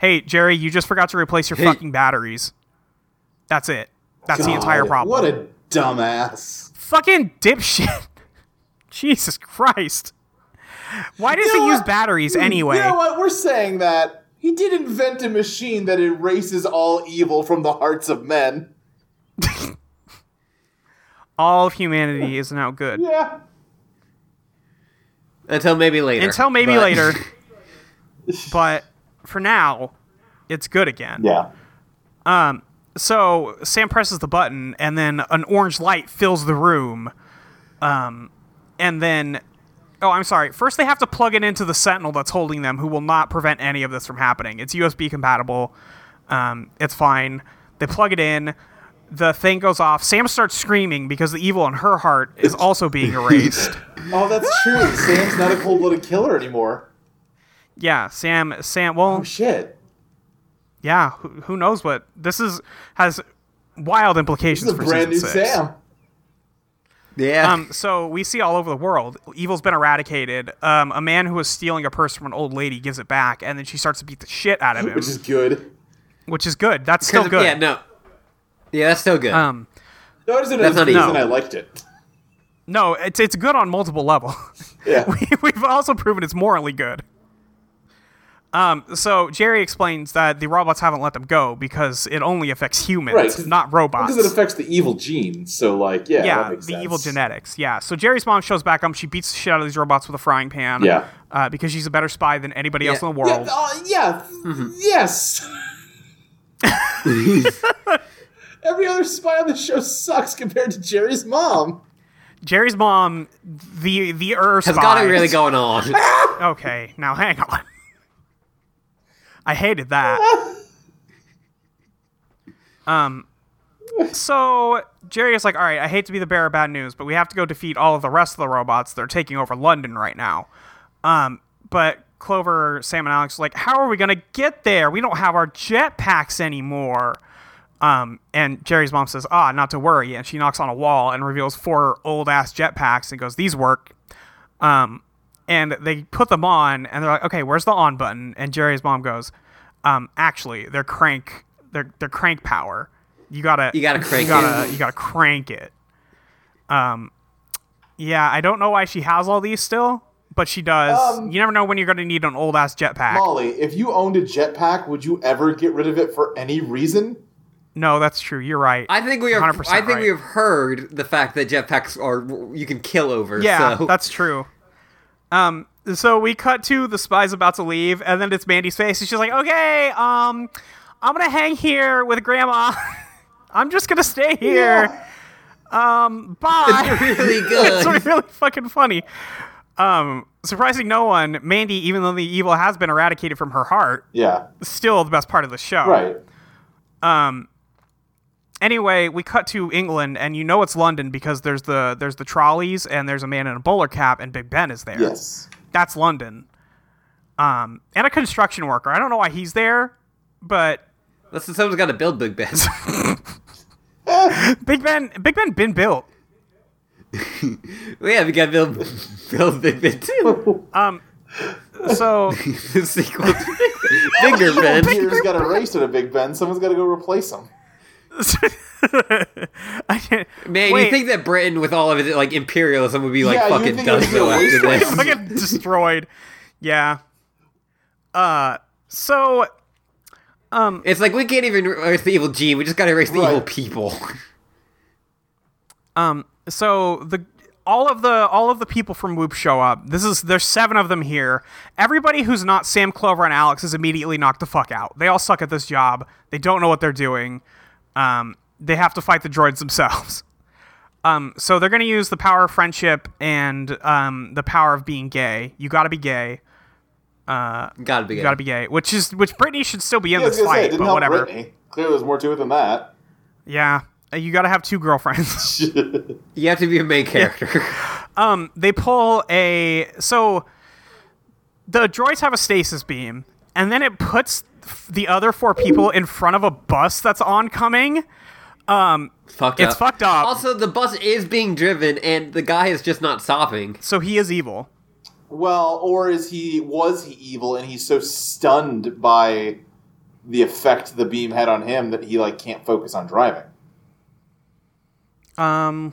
Hey, Jerry, you just forgot to replace your fucking batteries. That's it. That's the entire
God,
problem."
What a dumbass.
fucking dipshit. *laughs* Jesus Christ. Why does
You know
he use
what?
batteries anyway?
You know what? We're saying that he did invent a machine that erases all evil from the hearts of men.
All of humanity is now good.
Yeah.
Until maybe later.
Until maybe
But- *laughs*
later. but for now, it's good again.
Yeah.
So Sam presses the button, and then an orange light fills the room. Um, and then, oh, I'm sorry. First, they have to plug it into the Sentinel that's holding them, who will not prevent any of this from happening. It's USB compatible. Um, it's fine. They plug it in. The thing goes off. Sam starts screaming because the evil in her heart is also being erased.
Oh, that's true. Sam's not a cold blooded killer anymore.
yeah, Sam. Sam. Well,
Oh, shit.
yeah. Who, who knows what this is? Has wild implications
This is a
for
brand new
season six.
Sam.
Yeah.
Um, so we see all over the world, evil's been eradicated. Um, a man who was stealing a purse from an old lady gives it back, and then she starts to beat the shit out of him,
Which is good.
which is good. That's still good.
Yeah, no. Yeah, that's still good.
Um,
No, there's
That's
another
not
reason
evil.
I liked it.
no, it's it's good on multiple levels.
Yeah.
*laughs* We've also proven it's morally good. Um, so Jerry explains that the robots haven't let them go because it only affects humans,
Right, 'cause-
not robots.
Because it affects the evil gene. So, like, yeah.
yeah,
that
the
makes
evil
sense.
genetics. Yeah. So Jerry's mom shows back up. She beats the shit out of these robots with a frying pan.
Yeah.
Uh, because she's a better spy than anybody else
Yeah.
in the
Yeah.
world.
uh, yeah.
Mm-hmm. *laughs*
Yes. Every other spy on the show sucks compared to Jerry's mom.
Jerry's mom, the the Earth
has got it really going
*laughs*
on.
Ah! Okay, now hang on. I hated
*laughs*
that. um, so Jerry is like, all right, I hate to be the bearer of bad news, but we have to go defeat all of the rest of the robots. They're taking over London right now. Um, but Clover, Sam, and Alex are like, how are we gonna get there? We don't have our jetpacks anymore. Um, and Jerry's mom says, ah, not to worry. And she knocks on a wall and reveals four old ass jetpacks and goes, these work. Um, and they put them on and they're like, okay, where's the on button? And Jerry's mom goes, um, actually, they're crank, they're, they're crank power. You gotta,
You gotta crank
you gotta, you gotta crank it. Um, yeah, I don't know why she has all these still, but she does.
Um,
you never know when you're gonna need an old ass jetpack.
Molly, if you owned a jetpack, would you ever get rid of it for any reason?
No, that's true. You're right.
I think we have.
100%
I think
right.
we have heard the fact that jetpacks are you can kill over.
Yeah,
so.
that's true. Um, so we cut to the spies about to leave, and then it's Mandy's face, and she's like, "Okay, um, I'm gonna hang here with Grandma. *laughs* I'm just gonna stay here. Um,
Yeah.
Bye."
*laughs*
*laughs*
really
it's
good.
really fucking funny. Um, surprising no one, Mandy, even though the evil has been eradicated from her heart,
Yeah.
is still the best part of the show.
Right.
anyway, we cut to England, and you know it's London because there's the there's the trolleys, and there's a man in a bowler cap, and Big Ben is there.
Yes.
That's London. Um, and a construction worker. I don't know why he's there, but
That's someone's got to build big beds.
Big Ben, Big Ben, been built.
*laughs* yeah, we got to build *laughs* build big bed too.
So *laughs*
The sequel, to
*laughs*
Finger bed.
Peter's got erased at a Big Ben. Someone's got to go replace him.
I can't-
Man,
wait,
you think that Britain, with all of its like imperialism, would be like
Yeah, you'd
fucking
think it would
done
be a
after
wasteland.
this?
fucking destroyed. Yeah. Uh. So,
It's like we can't even erase the evil gene. We just gotta erase the
Right.
evil people. *laughs*
so the all of the all of the people from Whoop show up. This is there's seven of them here. Everybody who's not Sam Clover and Alex is immediately knocked the fuck out. They all suck at this job. They don't know what they're doing. Um, they have to fight the droids *laughs* themselves. Um, so they're gonna use the power of friendship and um, the power of being gay. You gotta be gay.
gotta be.
You
it.
gotta be gay. Which is which Brittany should still be in
Yeah, I was
this
gonna say, it
fight,
didn't
but
help
whatever.
Brittany. Clearly, there's more to it than that.
Yeah. Uh, You gotta have two girlfriends.
You have to be a main character. *laughs*
they pull a so the droids have a stasis beam and then it puts f- the other four people in front of a bus that's oncoming
fucked
It's
up.
fucked up.
Also, the bus is being driven, and the guy is just not stopping.
so he is evil
Well, or is he was he evil and he's so stunned by the effect the beam had on him that he like can't focus on driving.
um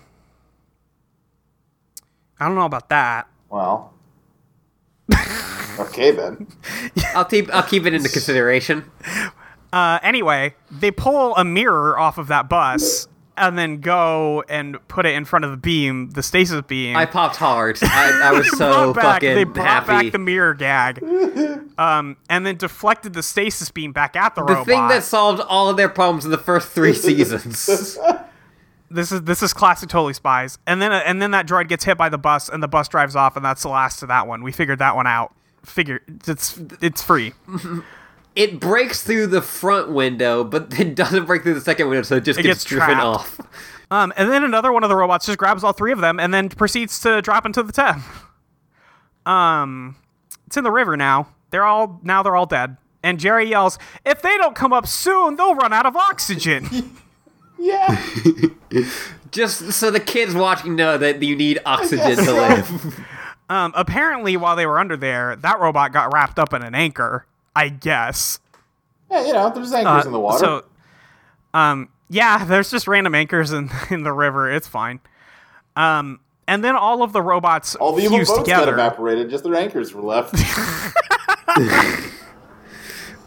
i don't know about that
*laughs*
Well. okay then.
I'll keep. I'll keep it
*laughs*
into consideration.
uh, anyway they pull a mirror off of that bus and then go and put it in front of the beam the stasis beam
I popped hard. I,
*laughs*
I was so
brought back,
fucking
they brought
happy.
back the
*laughs*
mirror gag um, and then deflected the stasis beam back at the,
the
robot
thing that solved all of their problems in the first
*laughs*
three seasons.
this is this is classic totally spies and then and then that droid gets hit by the bus and the bus drives off and that's the last of that one we figured that one out figure it's it's free
it breaks through the front window, but *laughs* then doesn't break through the second window, so it just gets,
gets
driven
trapped.
off.
um and then another one of the robots just grabs all three of them and then proceeds to drop into the tub *laughs* um it's in the river now they're all now they're all dead and jerry yells if they don't come up soon they'll run out of oxygen
Yeah.
*laughs*
Just so the kids watching know that you need oxygen
guess
to
so.
live.
Um, apparently, while they were under there, that robot got wrapped up in an anchor. I guess.
yeah, you know, there's anchors in the water.
Uh, So, um, yeah, *laughs* there's just random anchors in *laughs* in the river. It's fine. Um, and then all of the robots
All the evil
fused
boats got
together.
evaporated, just their anchors
*laughs*
were left.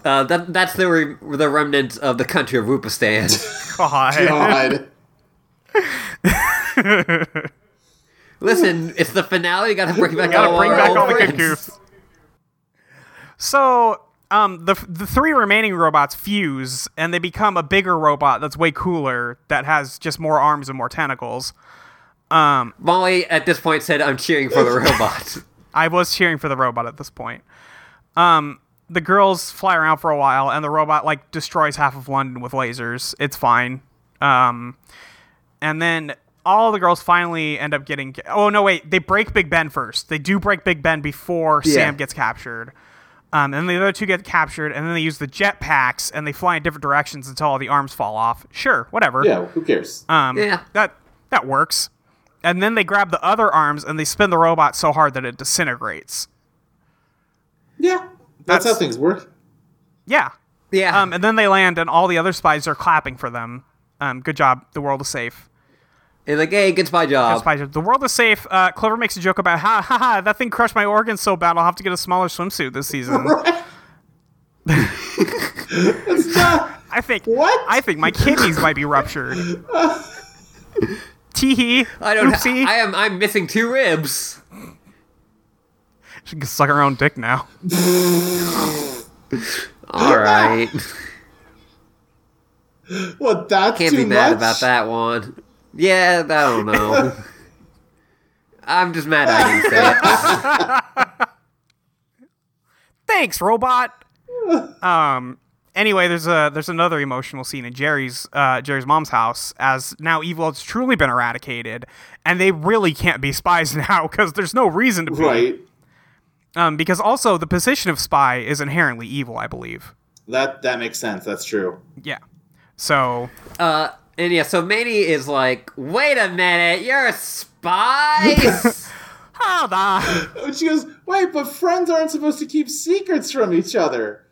Uh, that, that's the re- the remnants of the country of
*laughs*
Rupistan.
God.
God.
Listen, it's the finale. You gotta bring back,
Gotta
all,
bring
our
back
old
all the good
friends.
goofs. So, um, the the three remaining robots fuse and they become a bigger robot that's way cooler that has just more arms and more tentacles.
Molly at this point said, "I'm cheering
*laughs*
for the robot."
I was cheering for the robot at this point. Um, the girls fly around for a while, and the robot like destroys half of London with lasers. It's fine. Um, and then all the girls finally end up getting. Oh no, wait! They break Big Ben first. They do break Big Ben before
Yeah.
Sam gets captured. Um, and the other two get captured, and then they use the jetpacks and they fly in different directions until all the arms fall off. Sure, whatever.
Yeah, who cares?
Um,
Yeah.
That that works. And then they grab the other arms and they spin the robot so hard that it disintegrates.
yeah. That's,
that's-
how things work.
Yeah.
Yeah,
Um, and then they land, and all the other spies are clapping for them. Um, good job. The world is safe.
and like, hey, good spy
The
job.
spies are- the world is safe. Uh, Clover makes a joke about, ha ha ha, that thing crushed my organs so bad I'll have to get a smaller swimsuit this
*laughs*
season.
It's not-
*laughs* I think.
What?
I think my kidneys might be ruptured.
*laughs*
Tee hee.
I don't.
Oopsie.
I am. I'm missing two ribs.
she can suck her own dick now.
All
*laughs*
right,
well, that's
can't be
too
mad
much.
about that one. Yeah, I don't
*laughs*
know. I'm just mad I didn't say it.
thanks
*laughs*
robot um anyway there's a there's another emotional scene in jerry's uh jerry's mom's house as now evil has truly been eradicated and they really can't be spies *laughs* now because there's no reason to be
Right.
um because also the position of spy is inherently evil i believe
That that makes sense. That's true.
yeah so
Uh, and yeah, so Manny is like, "Wait a minute, you're a spy."
*laughs*
hold on
And she goes, "Wait, but friends aren't supposed to keep secrets from each other."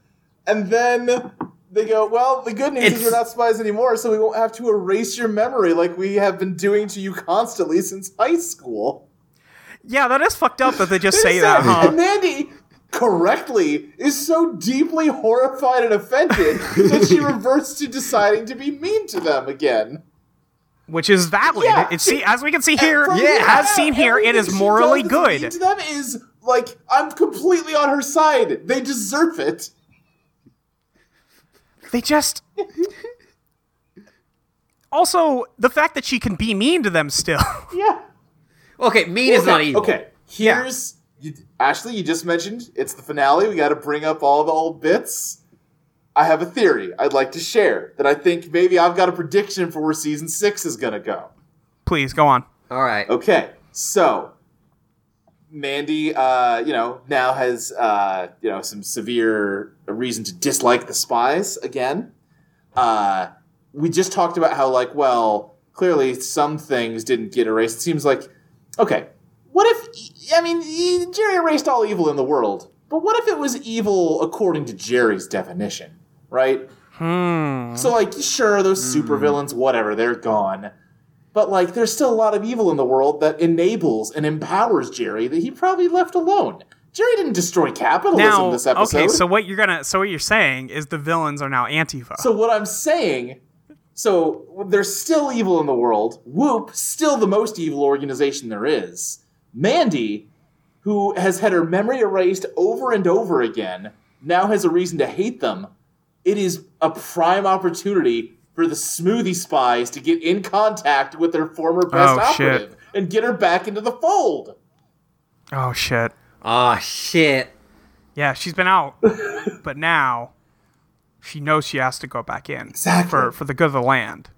And then they go, "Well, the good news is
It's-
we're not spies anymore, so we won't have to erase your memory like we have been doing to you constantly since high school."
yeah that is fucked up that they just say
They
that
said-
huh
And Mandy correctly, is so deeply horrified and offended that
*laughs*
she reverts to deciding to be mean to them again.
which is valid.
Yeah.
It, it see, as we can see here,
From here
as
out,
seen here, it
everything
is
she
morally
does that's mean
good.
To them is like I'm completely on her side. They deserve it.
They just. also, the fact that she can be mean to them still. *laughs*
Yeah.
Okay, mean is
okay,
not evil.
Okay, here's you, Ashley. You just mentioned it's the finale. We got to bring up all the old bits. I have a theory I'd like to share that I think maybe I've got a prediction for where season six is gonna go.
Please go on.
All right.
Okay, so Mandy, uh, you know, now has uh, you know some severe reason to dislike the spies again. Uh, we just talked about how, like, well, clearly some things didn't get erased. It seems like, okay, what if? I mean, e- Jerry erased all evil in the world, but what if it was evil according to Jerry's definition, right?
Mm-hmm. Hmm.
So, like, sure, those supervillains, whatever, they're gone. But like, there's still a lot of evil in the world that enables and empowers Jerry that he probably left alone. Jerry didn't destroy capitalism
Now,
this episode.
okay, so what you're gonna, so what you're saying is the villains are now Antifa.
So what I'm saying, so there's still evil in the world. Whoop, still the most evil organization there is. Mandy, who has had her memory erased over and over again, now has a reason to hate them. It is a prime opportunity for the smoothie spies to get in contact with their former best
Oh, shit.
operative and get her back into the fold.
oh shit.
Aw, shit.
Yeah, she's been
*laughs*
out, but now she knows she has to go back in
Exactly.
for for the good of the land.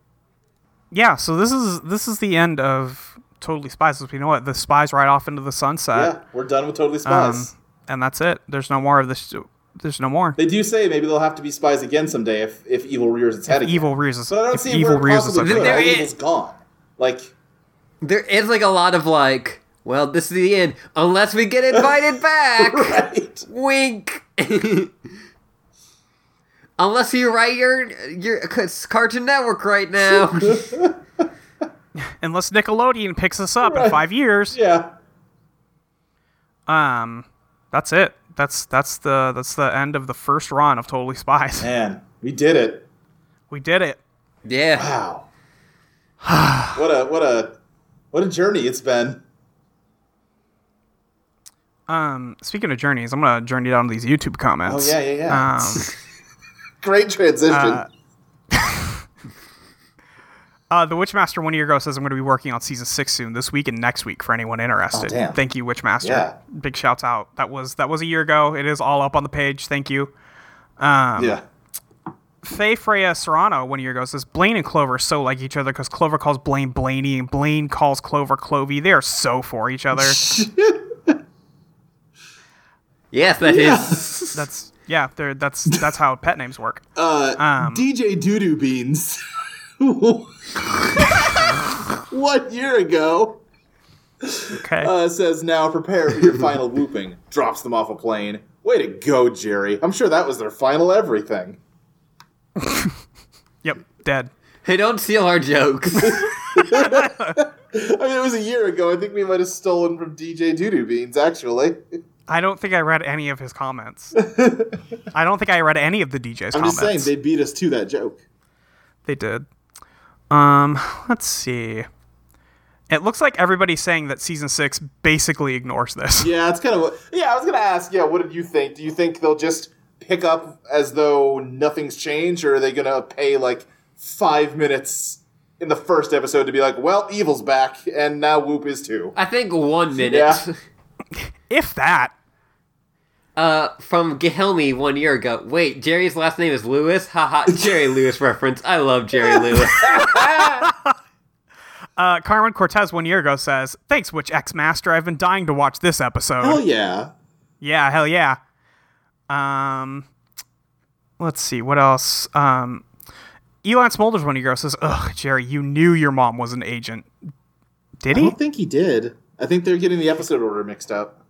Yeah, so this is this is the end of Totally Spies. As we know it, the spies ride off into the sunset,
Yeah, we're done with totally spies.
and that's it. There's no more of this. There's no more
they do say maybe they'll have to be spies again someday if, if evil rears its head again.
evil rears.
But I don't
if
see
evil
where it
rears its
possibly
ugly
could.
There
All
is-
evil's gone. Like, *laughs*
There is like a lot of like, well, this is the end. Unless we get
*laughs*
invited back.
right?
Wink. *laughs* Unless you write your your it's Cartoon Network right
*laughs*
now. *laughs*
unless Nickelodeon picks us up in five years.
Yeah.
Um, that's it. That's that's the that's the end of the first run of Totally Spies.
Man, we did it.
We did it.
yeah.
*sighs*
Wow. what a what a what a journey it's been.
Um, speaking of journeys, I'm gonna journey down to these YouTube
Oh
comments.
yeah, yeah, yeah.
Um,
*laughs* Great transition.
uh, the Witchmaster one year ago says I'm going to be working on season six soon, this week and next week for anyone interested.
Oh, damn.
Thank you, Witchmaster.
Yeah.
Big shouts out. That was that was a year ago. It is all up on the page. Thank you. um,
yeah.
Faye Freya Serrano one year ago says Blaine and Clover are so like each other because Clover calls Blaine Blaney and Blaine calls Clover Clovey. They are so for each
*laughs*
other.
Yes, that is.
that's yeah. They're, that's that's how pet names work.
Uh,
um,
DJ Doodoo Beans. *laughs* One year ago,
Okay.
uh, says now prepare for your final whooping. Drops them off a plane. Way to go, Jerry. I'm sure that was their final everything.
yep. Dead.
Hey, don't steal our
*laughs*
jokes.
I mean, it was a year ago. I think we might have stolen from DJ Doodoo Beans, actually.
I don't think I read any of his comments.
*laughs*
I don't think I read any of the DJ's
I'm
comments.
just saying, they beat us to that joke.
They did. Um, let's see. It looks like everybody's saying that season six basically ignores this.
Yeah, it's kind of. what- Yeah, I was going to ask, yeah, what did you think? Do you think they'll just pick up as though nothing's changed, or are they going to pay like five minutes in the first episode to be like, well, evil's back, and now Whoop is too?
I think one minute
Yeah.
If that,
uh, from Gehelmi one year ago. Wait, Jerry's last name is Lewis. Haha,
*laughs*
Jerry Lewis reference. I love Jerry Lewis.
uh, Carmen Cortez one year ago says, "Thanks, Witch X Master. I've been dying to watch this episode."
Hell yeah.
yeah, hell yeah. Um, let's see what else. Um, Elon Smolders one year ago says, "Ugh, Jerry, you knew your mom was an agent." Did
I
he?
don't think he did. I think they're getting the episode order mixed up.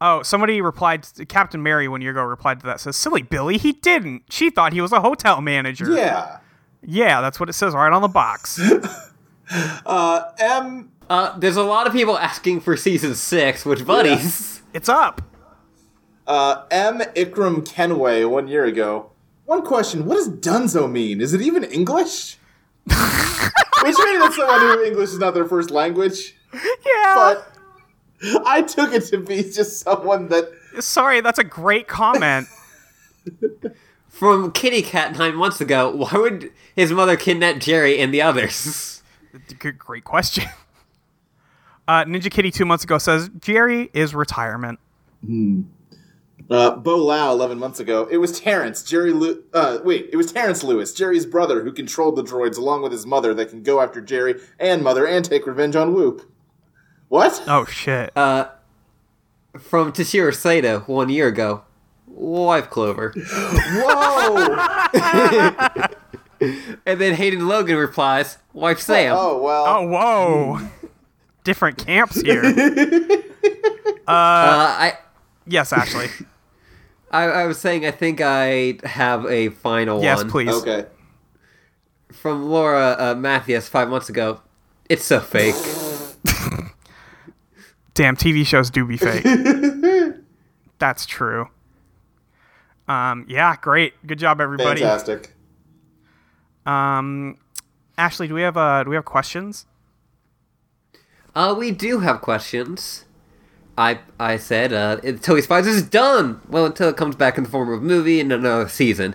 Oh, somebody replied. Captain Mary one year ago replied to that says, "Silly Billy, he didn't. She thought he was a hotel manager."
Yeah.
Yeah, that's what it says right on the box.
Uh, M.
Uh, there's a lot of people asking for season six, which buddies.
it's up.
Uh, M. Ikram Kenway one year ago. One question: What does Dunzo mean? Is it even English? Which means that's someone who English is not their first language.
Yeah.
But I took it to be just someone that
Sorry, that's a great comment.
From Kitty Cat nine months ago, why would his mother kidnap Jerry and the others? *laughs*
Good, great question. *laughs* Uh, Ninja Kitty two months ago says Jerry is retirement.
Uh, Bo Lau, 11 months ago, it was Terrence, Jerry Lew- uh, wait, it was Terrence Lewis, Jerry's brother, who controlled the droids along with his mother that can go after Jerry and mother and take revenge on Whoop. What?
Oh shit.
Uh,
From Toshiro Sato one year ago, wife Clover.
*laughs* Whoa!
And then Hayden Logan replies, wife Sam.
oh, well.
oh whoa.
*laughs*
Different camps here.
Uh, I,
yes,
*laughs*
Ashley.
I, I was saying I think I have a final
Yes,
one.
please.
Okay.
From Laura uh, Mathias five months ago. It's so fake.
Damn, TV shows do be
*laughs*
fake. That's true. Um, yeah, great. Good job, everybody.
Fantastic.
Um, Ashley, do we have uh, do we have questions?
Uh, we do have questions. I I said uh, Toby Spies is done. Well, until it comes back in the form of a movie in another season.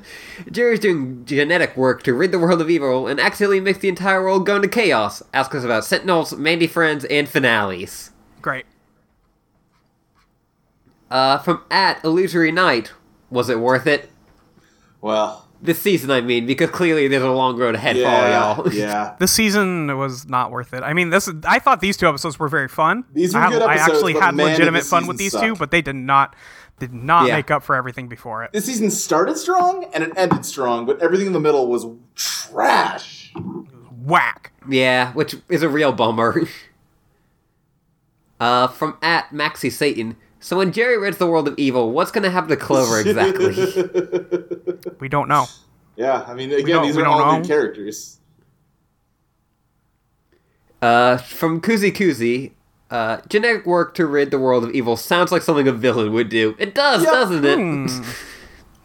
Jerry's doing genetic work to rid the world of evil and accidentally makes the entire world go into chaos. Ask us about Sentinels, Mandy Friends, and finales.
Great.
Uh, from at Illusory Night, was it worth it?
Well,
This season, I mean, because clearly there's a long road ahead
yeah.
for
*laughs*
all y'all. *laughs*
yeah.
This season was not worth it. I mean, this is- I thought these two episodes were very fun.
These were
I,
good
I
episodes,
actually
but
had
man, did
legitimate
this
fun with these
season
two,
suck.
but they did not did not
Yeah.
make up for everything before it.
This season started strong and it ended strong, but everything in the middle was trash.
Whack.
Yeah, which is a real bummer. *laughs* uh, from at Maxi Satan. So when Jerry rids the world of evil, what's gonna happen to
*laughs*
Clover exactly?
We don't know.
Yeah, I mean, again,
don't-
these
we
are
don't
all
know.
new characters.
uh, from Koozie Koozie. Uh, genetic work to rid the world of evil sounds like something a villain would do. It does,
Yeah. Hmm.
doesn't it?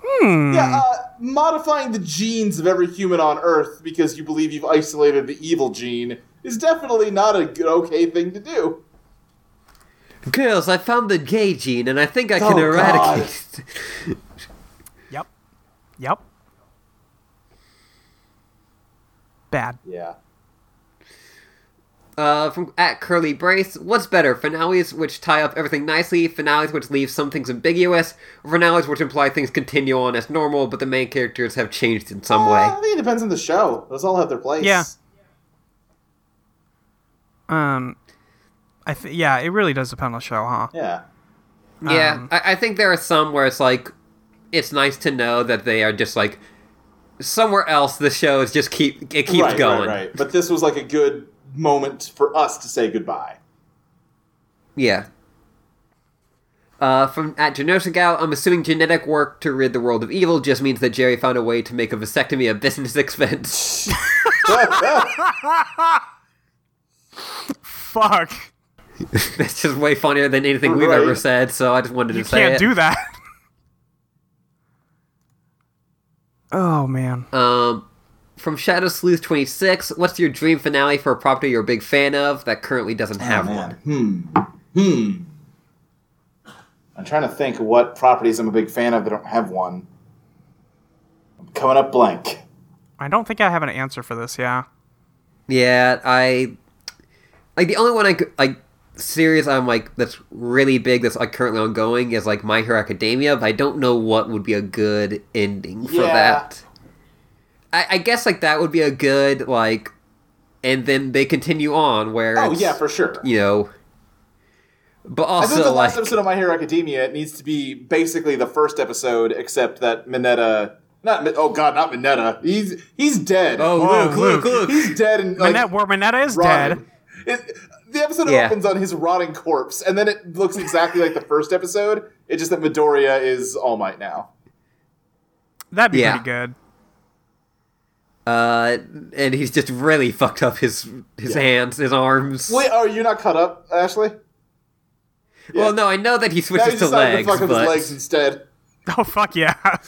Hmm.
Yeah, uh, modifying the genes of every human on Earth because you believe you've isolated the evil gene is definitely not a good, okay thing to do.
*laughs* Girls, I found the gay gene and I think I can
Oh,
eradicate it.
Yep. Yep. Bad.
Yeah.
Uh, from at Curly Brace, what's better, finales which tie up everything nicely, finales which leave some things ambiguous, or finales which imply things continue on as normal, but the main characters have changed in some way?
Uh, I think it depends on the show. Those all have their place.
Yeah. Um, I th- yeah, it really does depend on the show, huh?
Yeah. um,
yeah, I, I think there are some where it's like, it's nice to know that they are just like somewhere else. The show is just keep it keeps
right,
going.
Right, right. But this was like a good moment for us to say
*laughs*
goodbye.
Yeah. Uh, from at Genosigao, I'm assuming genetic work to rid the world of evil just means that Jerry found a way to make a vasectomy a *laughs* business expense.
Fuck.
*laughs* That's just way funnier than anything we've
Oh, Right.
ever said, so I just wanted
You
to say
can't
it.
do that. *laughs* oh man.
um, from Shadow Sleuth 26, what's your dream finale for a property you're a big fan of that currently
Oh,
doesn't have one?
Hmm. Hmm. I'm trying to think what properties I'm a big fan of that don't have one. I'm coming up blank.
I don't think I have an answer for this. Yeah.
Yeah, I like the only one I could like series I'm like that's really big that's like currently ongoing is like My Hero Academia, but I don't know what would be a good ending for
Yeah.
that. I, I guess like that would be a good like, and then they continue on where
Oh
it's,
yeah, for sure.
you know. But
I
also
think the
like
last episode of My Hero Academia it needs to be basically the first episode, except that Mineta. Not Mi- oh god, not Mineta. He's he's dead.
Oh,
Whoa,
Luke, Luke,
Luke.
Luke.
he's dead and like,
Minette, where Minetta is dead.
rotting. It, the episode
Yeah.
opens on his rotting corpse, and then it looks exactly like the first episode. It's just that Midoriya is All Might now.
That'd be
Yeah.
pretty good.
Uh, and he's just really fucked up his his hands, his arms.
Wait, are you not caught up, Ashley?
Well, no, I know that he
Now
switches
he
to
decided
legs,
to fuck with his
but
legs instead.
*laughs* Oh fuck yeah,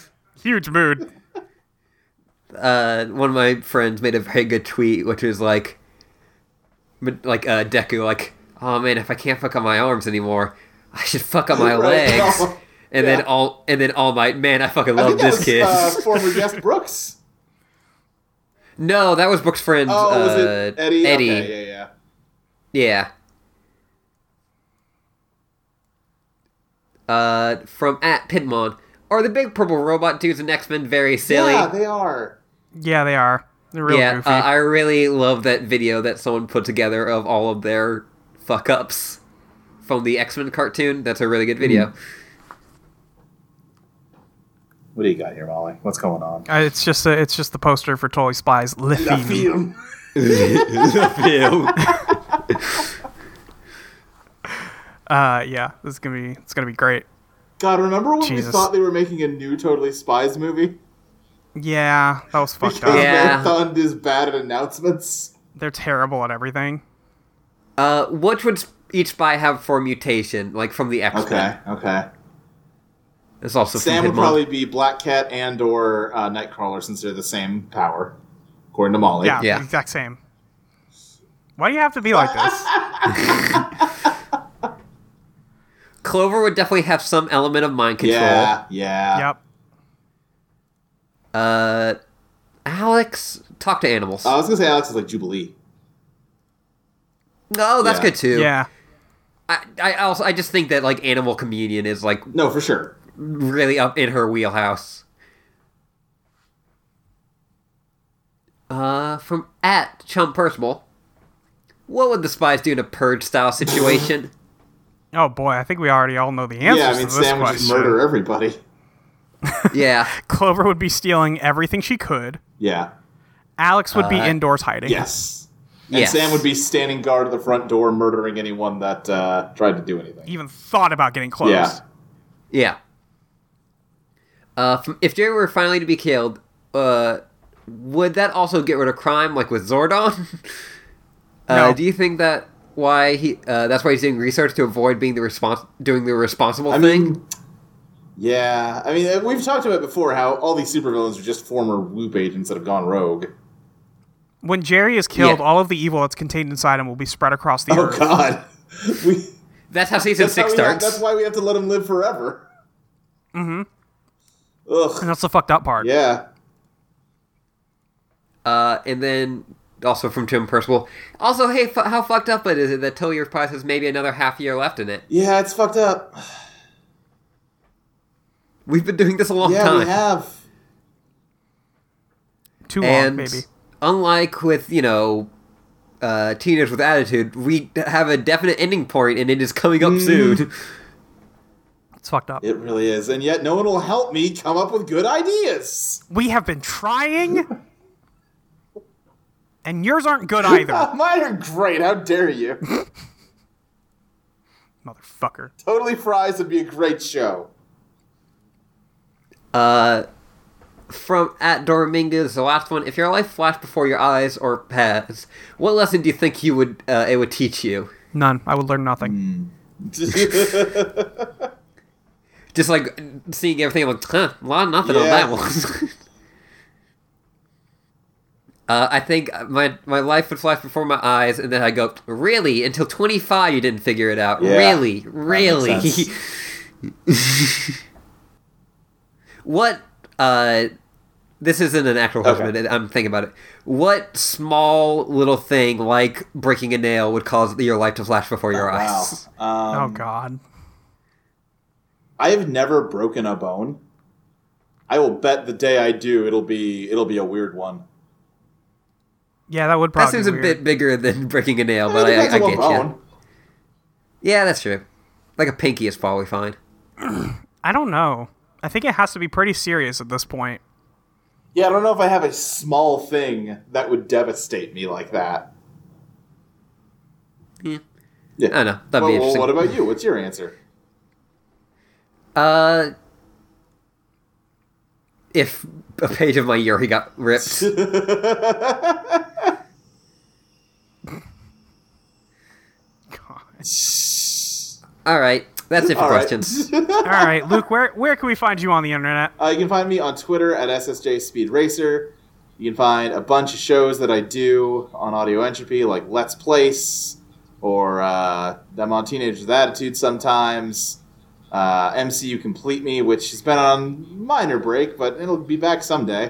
huge mood.
uh, one of my friends made a very good tweet, which was like, but, like uh, Deku, like, oh man, if I can't fuck on my arms anymore, I should fuck on my
*laughs* Right.
legs. And
Yeah.
then all, and then All Might, man, I fucking
I
love
think that
this
was
kid.
uh, former
*laughs*
guest Brooks.
no, that was Brooks' friend.
Oh,
uh,
was it Eddie?
Eddie.
Okay, yeah, yeah.
Yeah. Uh, from at Pidmon, are the big purple robot dudes in X Men very silly?
Yeah, they are.
Yeah, they are. They're real
Yeah,
goofy.
uh, I really love that video that someone put together of all of their fuck ups from the X Men cartoon. That's a really good video.
What do you got here, Molly? What's going on?
Uh, it's just a, it's just the poster for Totally Spies. Lithium. Uh, yeah, this is gonna be it's gonna be great.
God, remember when we
Jesus.
thought they were making a new Totally Spies movie? *laughs*
Yeah, that was fucked
Because
up.
Yeah.
Marathon is bad at announcements.
They're terrible at everything.
*laughs* uh, what would each spy have for mutation, like from the X Men?
okay.
It's also
Sam
from
would
Hitmon.
probably be Black Cat and or uh, Nightcrawler since they're the same power, according to Molly.
Yeah,
Yeah.
exact same. Why do you have to be like this?
*laughs*
Clover would definitely have some element of mind control.
yeah, yeah.
yep.
Uh, Alex, talk to animals.
I was gonna say Alex is like Jubilee.
oh, that's
yeah.
good too.
Yeah.
I, I also I just think that like animal communion is like
No, for sure.
really up in her wheelhouse. Uh, from at Chum Percival, what would the spies do in a purge style situation?
Oh boy, I think we already all know the answers
yeah, I mean
to this
Sam would just
question.
murder everybody.
yeah,
Clover would be stealing everything she could.
Yeah.
Alex would be
Uh,
indoors hiding.
Yes. And
Yes.
Sam would be standing guard at the front door, murdering anyone that uh, tried to do anything.
Even thought about getting close.
Yeah.
yeah. Uh, from, if Jerry were finally to be killed, uh, would that also get rid of crime, like with Zordon? *laughs* uh,
No.
Do you think that why he? Uh, that's why he's doing research to avoid being the respons- doing the responsible
I
thing.
mean, yeah. I mean, uh, we've talked about before how all these supervillains are just former Whoop agents that have gone rogue.
When Jerry is killed,
Yeah.
all of the evil that's contained inside him will be spread across the
Oh
earth.
God, *laughs* we.
that's how season
That's,
six
how we have,
starts.
that's why we have to let him live forever. Mm-hmm.
And
Ugh.
that's the fucked up part.
Yeah.
Uh, and then also from Tim Percival. Also, hey, f- how fucked up it is it that Tillier's Prize has maybe another half year left in it?
Yeah, it's fucked up.
We've been doing this a long
Yeah,
time.
we have.
Too long,
and
maybe.
unlike with, you know, uh, Teenage with Attitude, we have a definite ending point and it is coming up soon.
It's fucked up.
It really is. And yet no one will help me come up with good ideas.
We have been trying, and yours aren't good either,
*laughs* Mine are great. How
*laughs*
dare you?
motherfucker.
totally Fries would be a great
*laughs*
show.
Uh, *laughs* from at Dominguez, the last one. If your life flashed before your eyes or passed, what lesson do you think you would uh, it would teach you?
None. I would learn nothing.
yeah,
just like seeing everything, I'm like, huh, a lot of nothing on
Yeah.
that one. *laughs* uh, I think my my life would flash before my eyes, and then I go, really? Until 25, you didn't figure it out?
Yeah,
really,
that
really?
makes sense.
*laughs* what? Uh, this isn't an actual husband. I'm thinking about it. What small little thing, like breaking a nail, would cause your life to flash before your
wow.
eyes?
oh
Um,
God.
I have never broken a bone. I will bet the day I do, it'll be it'll be a weird one.
Yeah, that would
That
probably.
seems
be
a
weird.
bit bigger than *laughs* breaking a nail, but
it
I, I,
depends
I
on
get
what
you.
bone.
Yeah, that's true. Like a pinky is probably fine.
I don't know. I think it has to be pretty serious at this point.
Yeah, I don't know if I have a small thing that would devastate me like that.
Yeah.
Yeah.
I don't know. That'd be
Well, well,
interesting.
what about you? What's your answer?
uh, if a page of my year he got
*laughs*
ripped.
God.
All right, that's it for
All right.
questions.
*laughs*
All right, Luke, where where can we find you on the internet?
Uh, you can find me on Twitter at SSJ Speed Racer. You can find a bunch of shows that I do on Audio Entropy, like Let's Place, or uh, I'm on Teenagers with Attitude sometimes. Uh, MCU Complete Me, which has been on minor break, but it'll be back someday.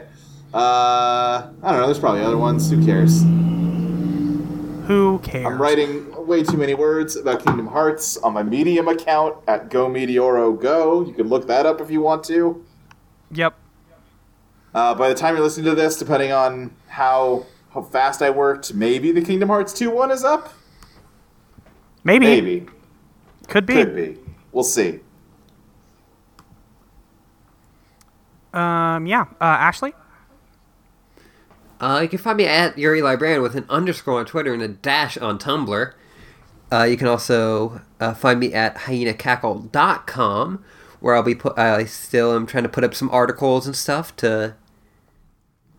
Uh, I don't know. There's probably other ones. Who cares?
Who cares?
I'm writing way too many words about Kingdom Hearts on my Medium account at Go Meteoro Go. You can look that up if you want to.
Yep.
Uh, by the time you're listening to this, depending on how how fast I worked, maybe the Kingdom Hearts 2 one is up.
Maybe.
Maybe.
Could be.
Could be. We'll see.
Um, yeah. Uh, Ashley?
Uh, you can find me at Yuri Librarian with an underscore on Twitter and a dash on Tumblr. Uh, you can also uh, find me at hyenacackle.com, where I'll be put. I still am trying to put up some articles and stuff to.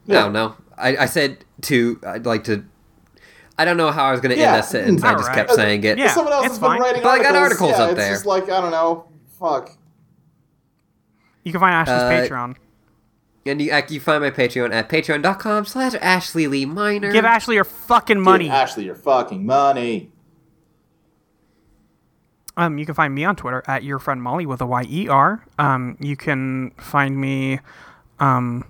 I don't know. I, I said to. I'd like to. I don't know how I was going to
Yeah.
end that sentence. I just
Alright.
kept saying it.
Yeah,
Someone else
it's
has been
fine.
writing
But I
articles.
got articles
yeah,
up
it's
there.
just like, I don't know. Fuck.
You can find Ashley's
Uh,
Patreon.
And you, you find my Patreon at patreon.com slash Ashley Lee Minor.
Give Ashley your fucking money.
Give Ashley, your fucking money.
Um, you can find me on Twitter at your friend Molly with a Y E R. Um, you can find me um,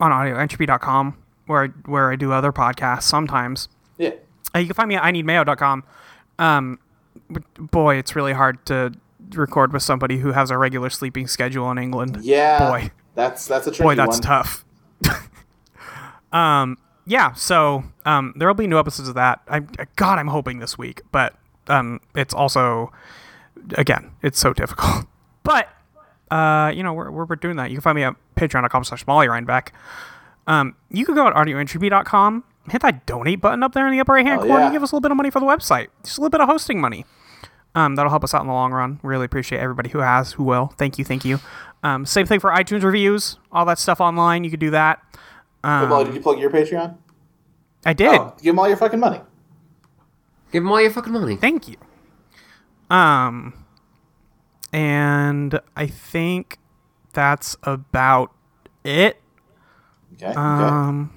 on audioentropy.com where I, where I do other podcasts sometimes.
Yeah.
Uh, you can find me at ineedmayo.com. Um, but boy, it's really hard to record with somebody who has a regular sleeping schedule in England.
Yeah.
Boy.
That's that's a tricky
Boy, that's
one.
tough. *laughs* um, yeah. So um, there will be new episodes of that. I God, I'm hoping this week, but um, it's also again, it's so difficult. *laughs* But uh, you know, we're, we're, we're doing that. You can find me at patreon.com slash Molly Reinbeck. Um, you can go at audioentropy.com, hit that donate button up there in the upper right hand
Hell
corner,
Oh, yeah.
give us a little bit of money for the website. Just a little bit of hosting money. Um, that'll help us out in the long run. Really appreciate everybody who has, who will. Thank you, thank you. Um, same thing for iTunes reviews, all that stuff online. You could do that.
Hey, Molly, did you plug your Patreon?
I did.
Oh, give them all your fucking money.
Give them all your fucking money.
Thank you. Um, and I think that's about it.
Okay. okay.
Um,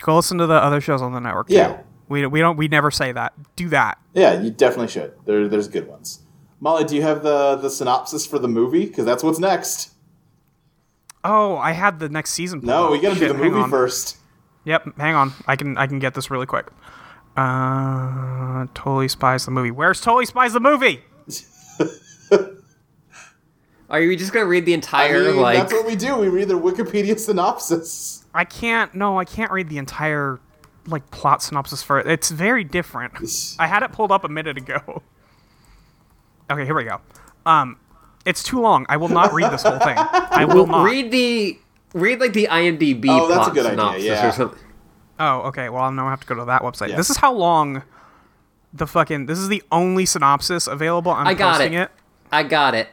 go listen to the other shows on the network. too.
Yeah.
We, we don't we never say that. Do that.
yeah, you definitely should. There, there's good ones. Molly, do you have the, the synopsis for the movie? Because that's what's next.
Oh, I had the next season. pulled
No,
up.
we gotta
Shit,
do the
hang
movie
on.
first.
Yep, hang on. I can I can get this really quick. Uh, Totally Spies the movie. Where's Totally Spies the movie?
Are you just going to read the
I
entire,
mean,
like...
that's what we do. We read the Wikipedia synopsis.
I can't. No, I can't read the entire like plot synopsis for it. It's very different. I had it pulled up a minute ago. *laughs* Okay, here we go. Um, it's too long. I will not read this whole thing. I will not.
Read the read like the IMDb
Oh, that's a
plot
good idea,
synopsis
yeah.
or something.
Oh, okay. Well, now I have to go to that website.
Yeah.
This is how long the fucking. This is the only synopsis available. I'm
I got
posting
it.
it.
I got it.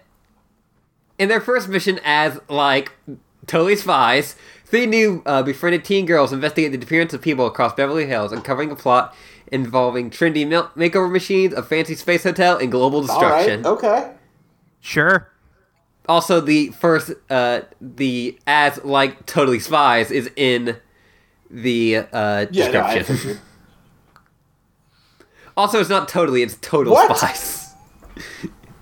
In their first mission as like totally spies, three new uh, befriended teen girls investigate the disappearance of people across Beverly Hills, uncovering a plot involving trendy mil- makeover machines, a fancy space hotel, and global
All
destruction.
right. Okay.
Sure.
Also, the first uh, the as like totally spies is in the uh,
Yeah. No, I
description.
figured.
*laughs* also, it's not totally; it's total
What?
spies.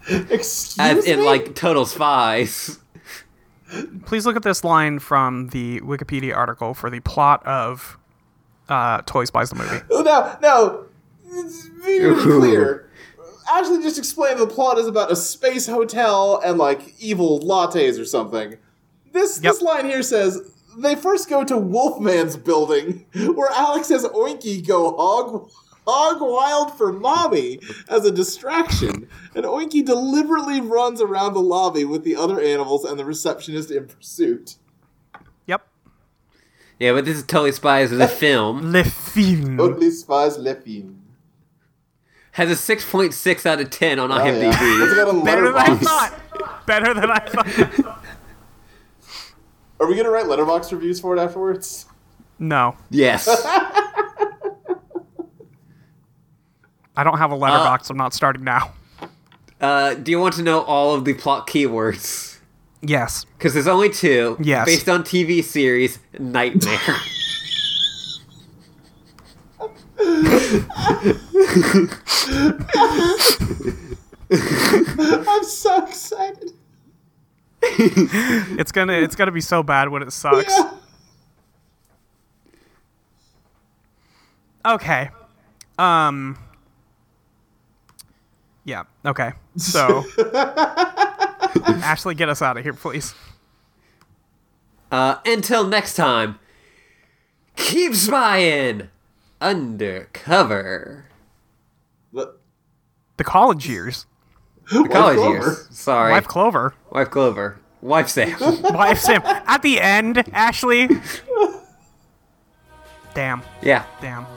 Excuse
as in
me?
like total spies. *laughs*
Please look at this line from the Wikipedia article for the plot of uh, Toy Spies
*laughs*
the movie.
Oh, no, no. It's very clear. Ashley just explained the plot is about a space hotel and like evil lattes or something. This
Yep.
this line here says they first go to Wolfman's building where Alex has Oinky go hog hog wild for mommy as a distraction, and Oinky deliberately runs around the lobby with the other animals and the receptionist in pursuit.
Yep.
Yeah, but this is totally spies.
*laughs*
The film
Le film.
Oh,
Only spies left in.
has a six point six out of ten on
Oh, yeah. It's *laughs*
IMDb.
got a
Better than I
letterbox.
thought. Better than
*laughs*
I thought.
Are we gonna write letterbox reviews for it afterwards?
No,
*laughs*
Yes.
I don't have a letterbox. I'm not starting now.
Uh, do you want to know all of the plot keywords?
Yes.
Because there's only two.
Yes.
Based on TV series
*laughs*
Nightmare.
I'm so excited.
It's gonna it's gonna be so bad when it sucks.
Yeah.
Okay. Um. Yeah. Okay. So, Ashley, get us out of here, please.
Uh, until next time, keep spying undercover.
The-
The college years.
The college
Clover.
years. Sorry,
Wife
wife,
Clover.
Clover, wife
*laughs*
Sam.
Wife Sam. At the end, Ashley. Damn.
yeah.
Damn.